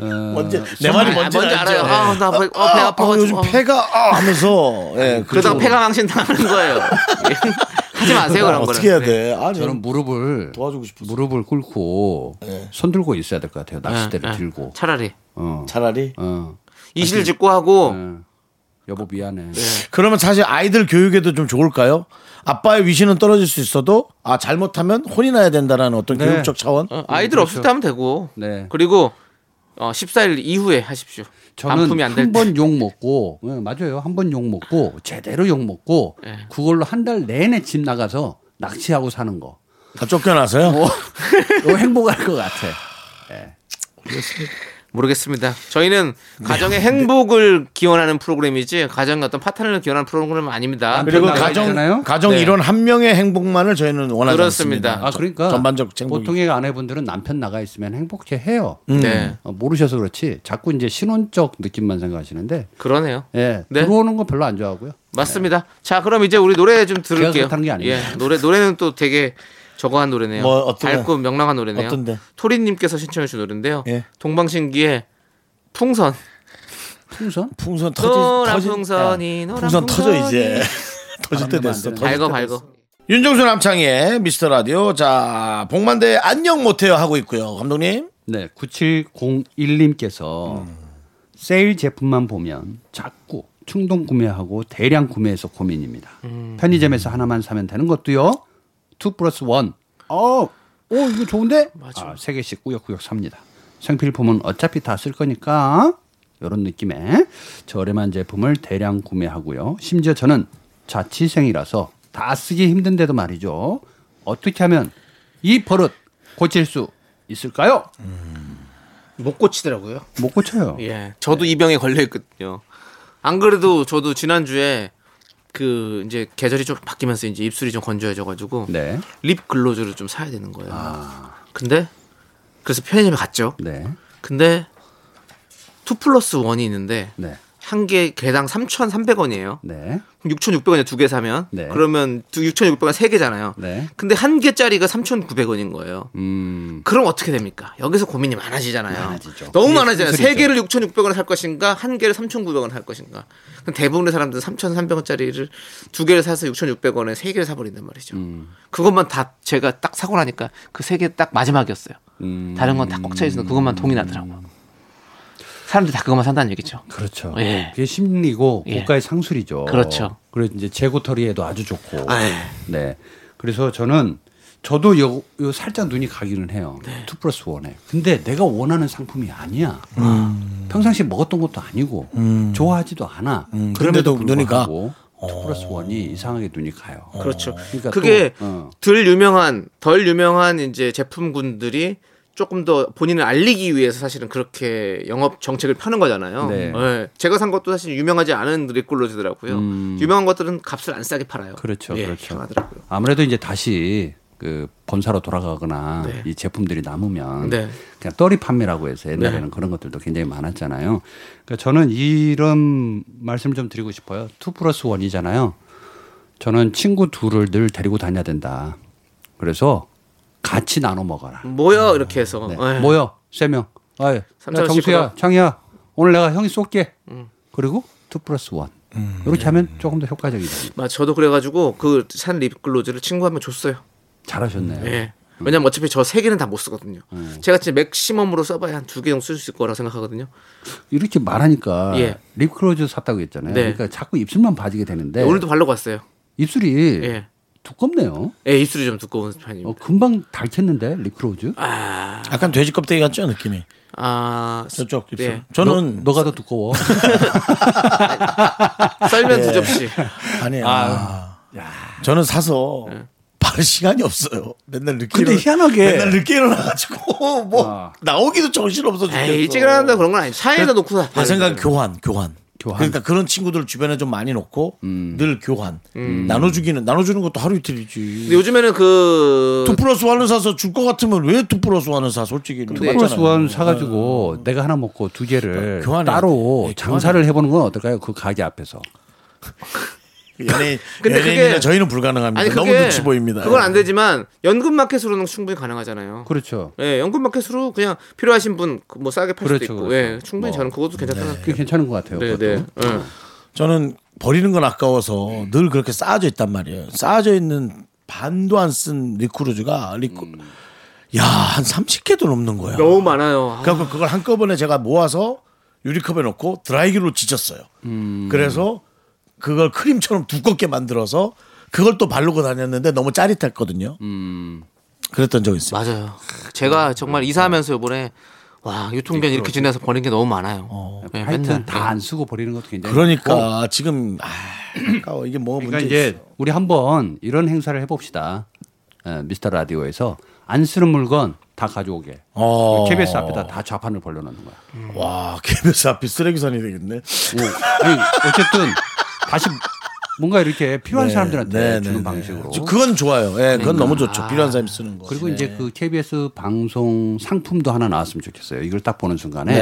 [SPEAKER 7] 어,
[SPEAKER 1] 뭔지 내 말이
[SPEAKER 2] 아,
[SPEAKER 1] 뭔지,
[SPEAKER 2] 뭔지 알아요.
[SPEAKER 1] 알죠?
[SPEAKER 2] 아,
[SPEAKER 1] 예.
[SPEAKER 2] 나 배- 어, 배 아파가지고.
[SPEAKER 1] 요즘
[SPEAKER 2] 어.
[SPEAKER 1] 폐가 아, 하면서 예,
[SPEAKER 2] 그러다가
[SPEAKER 1] 그쪽으로.
[SPEAKER 2] 폐가 망신 당하는 거예요. 예. 하지 마세요 그런 거는.
[SPEAKER 1] 어떻게 해야
[SPEAKER 2] 네.
[SPEAKER 1] 돼? 아,
[SPEAKER 7] 저는 무릎을
[SPEAKER 1] 도와주고 싶어서.
[SPEAKER 7] 무릎을 꿇고 손 들고 있어야 될 것 같아요. 낚싯대를
[SPEAKER 2] 예, 예.
[SPEAKER 7] 들고.
[SPEAKER 2] 차라리
[SPEAKER 7] 어.
[SPEAKER 1] 차라리
[SPEAKER 2] 아.
[SPEAKER 7] 어.
[SPEAKER 2] 이실 짓고 하고
[SPEAKER 7] 예. 여보 미안해.
[SPEAKER 1] 그러면 사실 아이들 교육에도 좀 좋을까요? 아빠의 위신은 떨어질 수 있어도 아 잘못하면 혼이 나야 된다라는 어떤
[SPEAKER 7] 네.
[SPEAKER 1] 교육적 차원
[SPEAKER 2] 어, 아이들 없을 때 하면 되고.
[SPEAKER 7] 그렇죠. 네.
[SPEAKER 2] 그리고 어, 14일 이후에 하십시오.
[SPEAKER 7] 저는
[SPEAKER 2] 반품이 안 될
[SPEAKER 7] 한
[SPEAKER 2] 때.
[SPEAKER 7] 번 욕 먹고 예, 맞아요. 한 번 욕 먹고 제대로 욕 먹고
[SPEAKER 2] 예.
[SPEAKER 7] 그걸로 한 달 내내 집 나가서 낚시하고 사는 거.
[SPEAKER 1] 다 쫓겨나서요.
[SPEAKER 7] 어, 이거 행복할 것 같아.
[SPEAKER 2] 모르겠습니다. 저희는 가정의
[SPEAKER 1] 네.
[SPEAKER 2] 행복을 기원하는 프로그램이지 가정의 어떤 파탄을 기원하는 프로그램은 아닙니다.
[SPEAKER 1] 그리고
[SPEAKER 7] 나가야
[SPEAKER 1] 가정
[SPEAKER 7] 되나요?
[SPEAKER 1] 가정
[SPEAKER 2] 네.
[SPEAKER 1] 일원 한 명의 행복만을 저희는 원하지
[SPEAKER 2] 그렇습니다.
[SPEAKER 1] 않습니다.
[SPEAKER 7] 아 그러니까
[SPEAKER 1] 전반적 행복이.
[SPEAKER 7] 보통의 아내분들은 남편 나가 있으면 행복해 해요.
[SPEAKER 1] 음.
[SPEAKER 2] 네.
[SPEAKER 7] 어, 모르셔서 그렇지 자꾸 이제 신혼적 느낌만 생각하시는데
[SPEAKER 2] 그러네요.
[SPEAKER 7] 예,
[SPEAKER 2] 네.
[SPEAKER 7] 들어오는 건 별로 안 좋아하고요.
[SPEAKER 2] 맞습니다. 자, 그럼 이제 우리 노래 좀 들을게요.
[SPEAKER 7] 제가 그렇다는 게 아니에요.
[SPEAKER 2] 예, 노래 노래는 또 되게 저거 한 노래네요.
[SPEAKER 1] 뭐, 어떤-
[SPEAKER 2] 밝고 명랑한 노래네요.
[SPEAKER 1] 어떤데?
[SPEAKER 2] 토리 님께서 신청해 주신 노래인데요.
[SPEAKER 1] 예.
[SPEAKER 2] 동방신기의 풍선.
[SPEAKER 7] 풍선?
[SPEAKER 1] 풍선 터지
[SPEAKER 2] 노란
[SPEAKER 1] 터지- 예.
[SPEAKER 2] 풍선이 아, 노란
[SPEAKER 1] 풍선 터져 이제 터질 때
[SPEAKER 7] 바람내면
[SPEAKER 1] 됐어.
[SPEAKER 7] 안 되는데.
[SPEAKER 1] 터질
[SPEAKER 2] 밝어
[SPEAKER 1] 때
[SPEAKER 2] 밝어.
[SPEAKER 1] 윤종수 남창희의 미스터 라디오. 자, 복만대 안녕 못해요 하고 있고요. 감독님.
[SPEAKER 7] 네, 9701님께서 세일 제품만 보면 자꾸 충동 구매하고 대량 구매해서 고민입니다. 편의점에서 하나만 사면 되는 것도요. 2 플러스 1. 어, 오 이거 좋은데? 아, 세 개씩 꾸역꾸역 삽니다. 생필품은 어차피 다 쓸 거니까 이런 느낌의 저렴한 제품을 대량 구매하고요. 심지어 저는 자취생이라서 다 쓰기 힘든데도 말이죠. 어떻게 하면 이 버릇 고칠 수 있을까요?
[SPEAKER 2] 음. 못 고치더라고요.
[SPEAKER 7] 못 고쳐요.
[SPEAKER 2] 예. 저도 이 병에 걸려 있거든요. 안 그래도 저도 지난주에 그 이제 계절이 좀 바뀌면서 이제 입술이 좀 건조해져 가지고
[SPEAKER 7] 네. 아.
[SPEAKER 2] 립 글로즈를 좀 사야 되는 거예요. 근데 그래서 편의점에 갔죠.
[SPEAKER 7] 네.
[SPEAKER 2] 근데 2 플러스 1이 있는데
[SPEAKER 7] 네.
[SPEAKER 2] 한 개 개당 3,300원이에요.
[SPEAKER 7] 네.
[SPEAKER 2] 6,600원에 두 개 사면
[SPEAKER 7] 네.
[SPEAKER 2] 그러면 6,600원 세 개잖아요.
[SPEAKER 7] 네.
[SPEAKER 2] 근데 한 개짜리가 3,900원인 거예요.
[SPEAKER 7] 음.
[SPEAKER 2] 그럼 어떻게 됩니까? 여기서 고민이 많아지잖아요.
[SPEAKER 7] 많아지죠.
[SPEAKER 2] 너무
[SPEAKER 7] 그게
[SPEAKER 2] 많아지잖아요. 세
[SPEAKER 7] 수술이죠.
[SPEAKER 2] 개를 6,600원에 살 것인가, 한 개를 3,900원에 살 것인가. 그럼 대부분의 사람들은 3,300원짜리를 두 개를 사서 6,600원에 세 개를 사버린단 말이죠.
[SPEAKER 7] 음.
[SPEAKER 2] 그것만 다 제가 딱 사고 나니까 그 세 개 딱 마지막이었어요.
[SPEAKER 7] 음.
[SPEAKER 2] 다른 건 다 꽉 차있어서 그것만 동이 나더라고요. 사람들이 다 그것만 산다는 얘기죠.
[SPEAKER 7] 그렇죠.
[SPEAKER 2] 예.
[SPEAKER 7] 그게 심리고
[SPEAKER 2] 예.
[SPEAKER 7] 고가의 상술이죠.
[SPEAKER 2] 그렇죠.
[SPEAKER 7] 그래서 이제 재고털이에도 아주 좋고.
[SPEAKER 2] 아, 예.
[SPEAKER 7] 네. 그래서 저는 저도 요, 요 살짝 눈이 가기는 해요.
[SPEAKER 2] 네.
[SPEAKER 7] 투 플러스 원에 근데 내가 원하는 상품이 아니야.
[SPEAKER 2] 음.
[SPEAKER 7] 평상시에 먹었던 것도 아니고 좋아하지도 않아.
[SPEAKER 2] 음.
[SPEAKER 7] 그럼에도
[SPEAKER 1] 근데도 눈이 가?
[SPEAKER 7] 불구하고 투 플러스
[SPEAKER 2] 어.
[SPEAKER 7] 원이 이상하게 눈이 가요.
[SPEAKER 2] 그렇죠.
[SPEAKER 7] 그러니까
[SPEAKER 2] 그게
[SPEAKER 7] 또, 어.
[SPEAKER 2] 덜 유명한 덜 유명한 이제 제품군들이 조금 더 본인을 알리기 위해서 사실은 그렇게 영업 정책을 펴는 거잖아요.
[SPEAKER 7] 네.
[SPEAKER 2] 예. 제가 산 것도 사실 유명하지 않은 립글로즈더라고요. 유명한 것들은 값을 안 싸게 팔아요.
[SPEAKER 7] 음. 그렇죠,
[SPEAKER 2] 예,
[SPEAKER 7] 그렇죠.
[SPEAKER 2] 하더라고요.
[SPEAKER 7] 아무래도 이제 다시 그 본사로 돌아가거나
[SPEAKER 2] 네.
[SPEAKER 7] 이 제품들이 남으면
[SPEAKER 2] 네.
[SPEAKER 7] 그냥 떨이 판매라고 해서 옛날에는 그런 것들도 굉장히 많았잖아요. 그러니까 저는 이런 말씀 좀 드리고 싶어요. 투 플러스 원이잖아요 저는 친구 둘을 늘 데리고 다녀야 된다. 그래서 같이 나눠 먹어라.
[SPEAKER 2] 뭐야 이렇게 해서
[SPEAKER 7] 네.
[SPEAKER 2] 예.
[SPEAKER 7] 모여 세 명. 아이, 야,
[SPEAKER 2] 삼천
[SPEAKER 7] 정수야,
[SPEAKER 2] 씩으로.
[SPEAKER 7] 창이야. 오늘 내가 형이 쏠게. 그리고 투 플러스 원. 이렇게 하면 조금 더 효과적이다.
[SPEAKER 2] 맞, 아, 저도 그래가지고 그 산 립글로즈를 친구 한 명 줬어요.
[SPEAKER 7] 잘하셨네요. 음.
[SPEAKER 2] 예. 왜냐면 어차피 저 세 개는 다 못 쓰거든요. 제가 진짜 맥시멈으로 써봐야 한 두 개 정도 쓸 수 있을 거라고 생각하거든요.
[SPEAKER 7] 이렇게 말하니까
[SPEAKER 2] 예.
[SPEAKER 7] 립클로즈 샀다고 했잖아요.
[SPEAKER 2] 네.
[SPEAKER 7] 그러니까 자꾸 입술만 봐지게 되는데
[SPEAKER 2] 오늘도 바르고 왔어요.
[SPEAKER 7] 입술이
[SPEAKER 2] 예.
[SPEAKER 7] 두껍네요.
[SPEAKER 2] 예, 입술이 좀 두꺼운 아. 편입니다.
[SPEAKER 7] 어, 금방 닳겠는데 립클로즈?
[SPEAKER 1] 약간 돼지 껍데기 같죠 느낌이.
[SPEAKER 2] 아
[SPEAKER 1] 저쪽 입술.
[SPEAKER 2] 예.
[SPEAKER 1] 저는
[SPEAKER 7] 너, 가더 두꺼워.
[SPEAKER 1] 네,
[SPEAKER 2] 썰면 두 접시.
[SPEAKER 1] 아니에요. 아. 저는 사서
[SPEAKER 2] 네.
[SPEAKER 1] 바를 시간이 없어요. 맨날 늦게.
[SPEAKER 7] 근데
[SPEAKER 1] 일어나-
[SPEAKER 7] 희한하게-
[SPEAKER 1] 맨날 늦게 일어나가지고 뭐
[SPEAKER 7] 아.
[SPEAKER 1] 나오기도 정신 없어 죽겠어.
[SPEAKER 2] 에이, 일찍 일어난다 그런 건 아니지. 차에다 놓고 다.
[SPEAKER 1] 내
[SPEAKER 2] 바르는
[SPEAKER 1] 생각
[SPEAKER 2] 거예요.
[SPEAKER 1] 교환 교환.
[SPEAKER 7] 교환.
[SPEAKER 1] 그러니까 그런 친구들 주변에 좀 많이 놓고
[SPEAKER 2] 음.
[SPEAKER 1] 늘 교환. 나눠주기는 나눠주는 것도 하루 이틀이지.
[SPEAKER 2] 근데 음. 요즘에는 그
[SPEAKER 1] 투 플러스 원을 사서 줄 것 같으면 왜투 플러스 원을 사? 솔직히
[SPEAKER 7] 투 플러스 원 사가지고 내가 하나 먹고 두 개를
[SPEAKER 1] 어. 아, 교환해야
[SPEAKER 7] 따로
[SPEAKER 1] 돼. 예,
[SPEAKER 7] 장사를 해보는 건 어떨까요? 그 가게 앞에서.
[SPEAKER 1] 연예
[SPEAKER 2] 근데
[SPEAKER 1] 연예인이나
[SPEAKER 2] 그게-
[SPEAKER 1] 저희는 불가능합니다.
[SPEAKER 2] 아니
[SPEAKER 1] 너무
[SPEAKER 2] 그게-
[SPEAKER 1] 눈치 보입니다. 네.
[SPEAKER 2] 그건 안 되지만 연금 마켓으로는 충분히 가능하잖아요.
[SPEAKER 7] 그렇죠.
[SPEAKER 2] 예, 연금 마켓으로 그냥 필요하신 분 뭐 싸게 팔 수도
[SPEAKER 7] 그렇죠,
[SPEAKER 2] 있고,
[SPEAKER 7] 그렇죠.
[SPEAKER 2] 예, 충분히 저는
[SPEAKER 1] 네.
[SPEAKER 2] 그것도 괜찮다고
[SPEAKER 7] 그게
[SPEAKER 2] 생각해요.
[SPEAKER 7] 괜찮은 것 같아요.
[SPEAKER 2] 네, 네,
[SPEAKER 7] 그것도.
[SPEAKER 1] 그렇죠.
[SPEAKER 2] 예.
[SPEAKER 1] 저는 버리는 건 아까워서 늘 그렇게 쌓아져 있단 말이에요. 쌓아져 있는 반도 안 쓴 리쿠르즈가 리쿠
[SPEAKER 2] 음.
[SPEAKER 1] 야한 30개도 넘는 거야.
[SPEAKER 2] 너무 많아요. 아,
[SPEAKER 1] 그래서 그걸 한꺼번에 제가 모아서 유리컵에 넣고 드라이기로 지졌어요.
[SPEAKER 7] 음.
[SPEAKER 1] 그래서 그걸 크림처럼 두껍게 만들어서 그걸 또 바르고 다녔는데 너무 짜릿했거든요.
[SPEAKER 7] 음.
[SPEAKER 1] 그랬던 적이 있어요.
[SPEAKER 2] 맞아요. 제가 정말 이사하면서 요번에 와 유통기한 이렇게
[SPEAKER 1] 그렇죠.
[SPEAKER 2] 지나서 버린 게 너무 많아요.
[SPEAKER 1] 어,
[SPEAKER 2] 예,
[SPEAKER 7] 하여튼
[SPEAKER 2] 맨날
[SPEAKER 7] 다 안 쓰고 버리는 것도 굉장히. 어,
[SPEAKER 1] 그러니까 지금 아, 아까워 이게 뭐
[SPEAKER 7] 그러니까
[SPEAKER 1] 문제
[SPEAKER 7] 이제
[SPEAKER 1] 이제
[SPEAKER 7] 우리 한번 이런 행사를 해봅시다. 예, 미스터 라디오에서 안 쓰는 물건 다 가져오게.
[SPEAKER 1] 어.
[SPEAKER 7] KBS 앞에다 다 좌판을 벌려놓는 거야.
[SPEAKER 1] 와 KBS 앞이 쓰레기산이 되겠네.
[SPEAKER 7] 오, 아니, 어쨌든 다시 뭔가 이렇게 필요한 사람들한테
[SPEAKER 1] 네,
[SPEAKER 7] 주는
[SPEAKER 1] 네, 네.
[SPEAKER 7] 방식으로. 음.
[SPEAKER 1] 그건 좋아요. 예, 그건 너무 좋죠. 필요한 사람이 쓰는 거.
[SPEAKER 7] 그리고 이제 그 KBS 방송 상품도 하나 나왔으면 좋겠어요. 이걸 딱 보는 순간에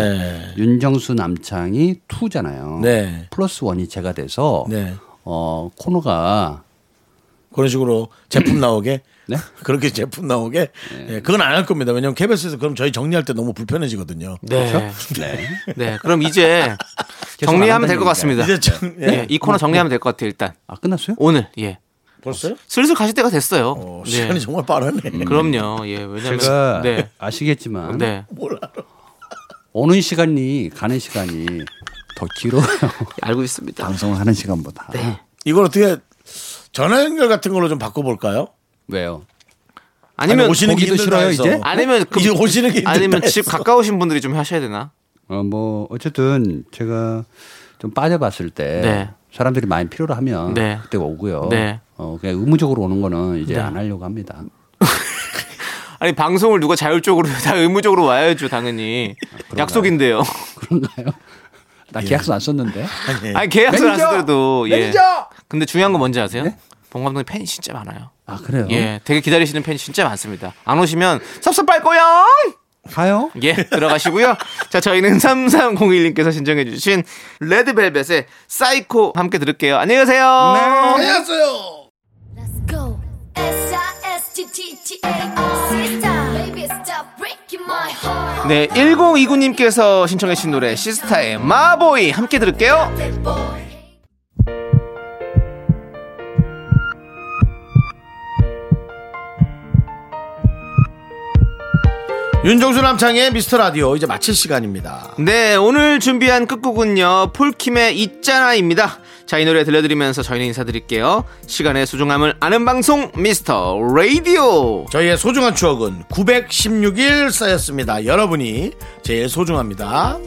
[SPEAKER 1] 네.
[SPEAKER 7] 윤정수 남창이 투잖아요
[SPEAKER 1] 네.
[SPEAKER 7] 플러스 원이 제가 돼서
[SPEAKER 1] 네.
[SPEAKER 7] 어, 코너가
[SPEAKER 1] 그런 식으로 제품 나오게
[SPEAKER 7] 네?
[SPEAKER 1] 그렇게 제품 나오게
[SPEAKER 2] 네.
[SPEAKER 1] 예, 그건 안 할 겁니다. 왜냐면 KBS에서 그럼 저희 정리할 때 너무 불편해지거든요.
[SPEAKER 2] 네,
[SPEAKER 7] 네.
[SPEAKER 2] 네. 그럼 이제
[SPEAKER 7] 계속 안
[SPEAKER 2] 정리하면 될
[SPEAKER 7] 한다는
[SPEAKER 2] 것 같습니다.
[SPEAKER 1] 이제 정, 예.
[SPEAKER 2] 예, 이 코너 정리하면 될 것 같아요. 일단
[SPEAKER 7] 아 끝났어요?
[SPEAKER 2] 오늘 예
[SPEAKER 1] 벌써요?
[SPEAKER 2] 슬슬 가실 때가 됐어요.
[SPEAKER 1] 어,
[SPEAKER 2] 네.
[SPEAKER 1] 시간이 정말 빠르네.
[SPEAKER 2] 그럼요. 예, 왜냐면
[SPEAKER 7] 제가 음?
[SPEAKER 2] 네,
[SPEAKER 7] 아시겠지만
[SPEAKER 2] 네.
[SPEAKER 1] 뭘 알아.
[SPEAKER 7] 오는 시간이 가는 시간이 더 길어요. 네.
[SPEAKER 2] 알고 있습니다.
[SPEAKER 7] 방송을 하는 시간보다.
[SPEAKER 1] 이걸 어떻게 전화 연결 같은 걸로 좀 바꿔볼까요?
[SPEAKER 7] 왜요?
[SPEAKER 2] 아니면
[SPEAKER 1] 아니, 오시는 게
[SPEAKER 7] 보기도
[SPEAKER 1] 힘들다
[SPEAKER 7] 싫어요,
[SPEAKER 1] 해서.
[SPEAKER 7] 이제?
[SPEAKER 2] 아니면 그-
[SPEAKER 1] 이제 오시는 게 힘들다
[SPEAKER 2] 아니면 집
[SPEAKER 1] 해서.
[SPEAKER 2] 가까우신 분들이 좀 하셔야 되나?
[SPEAKER 7] 어, 뭐 어쨌든 제가 좀 빠져봤을 때
[SPEAKER 2] 네.
[SPEAKER 7] 사람들이 많이 필요로 하면
[SPEAKER 2] 네.
[SPEAKER 7] 그때 오고요.
[SPEAKER 2] 네.
[SPEAKER 7] 어, 그냥 의무적으로 오는 거는 이제 안 하려고 합니다.
[SPEAKER 2] 아니 방송을 누가 자율적으로 다 의무적으로 와야죠 당연히
[SPEAKER 1] 아,
[SPEAKER 2] 약속인데요.
[SPEAKER 7] 나 계약서 안 썼는데.
[SPEAKER 2] 예.
[SPEAKER 1] 예.
[SPEAKER 2] 아니 계약서
[SPEAKER 7] 매니저!
[SPEAKER 2] 하시더라도 예.
[SPEAKER 7] 매니저!
[SPEAKER 2] 근데 중요한 건 뭔지 아세요?
[SPEAKER 1] 네?
[SPEAKER 2] 봉 감독님 팬이 진짜 많아요.
[SPEAKER 7] 아 그래요?
[SPEAKER 2] 예, 되게 기다리시는 팬이 진짜 많습니다. 안 오시면 섭섭할 거야.
[SPEAKER 7] 가요?
[SPEAKER 2] 예, 들어가시고요. 자, 저희는 3301님께서 신청해 주신 레드벨벳의 사이코 함께 들을게요. 안녕히 계세요.
[SPEAKER 1] 안녕하세요.
[SPEAKER 3] go. S-I-S-T-T-T-A-R. Sister, baby, stop breaking my heart.
[SPEAKER 2] 네, 1029님께서 신청해 주신 노래 시스타의 마보이 함께 들을게요.
[SPEAKER 1] 윤종수 남창의 미스터 라디오 이제 마칠 시간입니다.
[SPEAKER 2] 네, 오늘 준비한 끝곡은요. 폴킴의 있잖아입니다. 자, 이 노래 들려드리면서 저희는 인사드릴게요. 시간의 소중함을 아는 방송 미스터 라디오.
[SPEAKER 1] 저희의 소중한 추억은 916일 쌓였습니다. 여러분이 제일 소중합니다.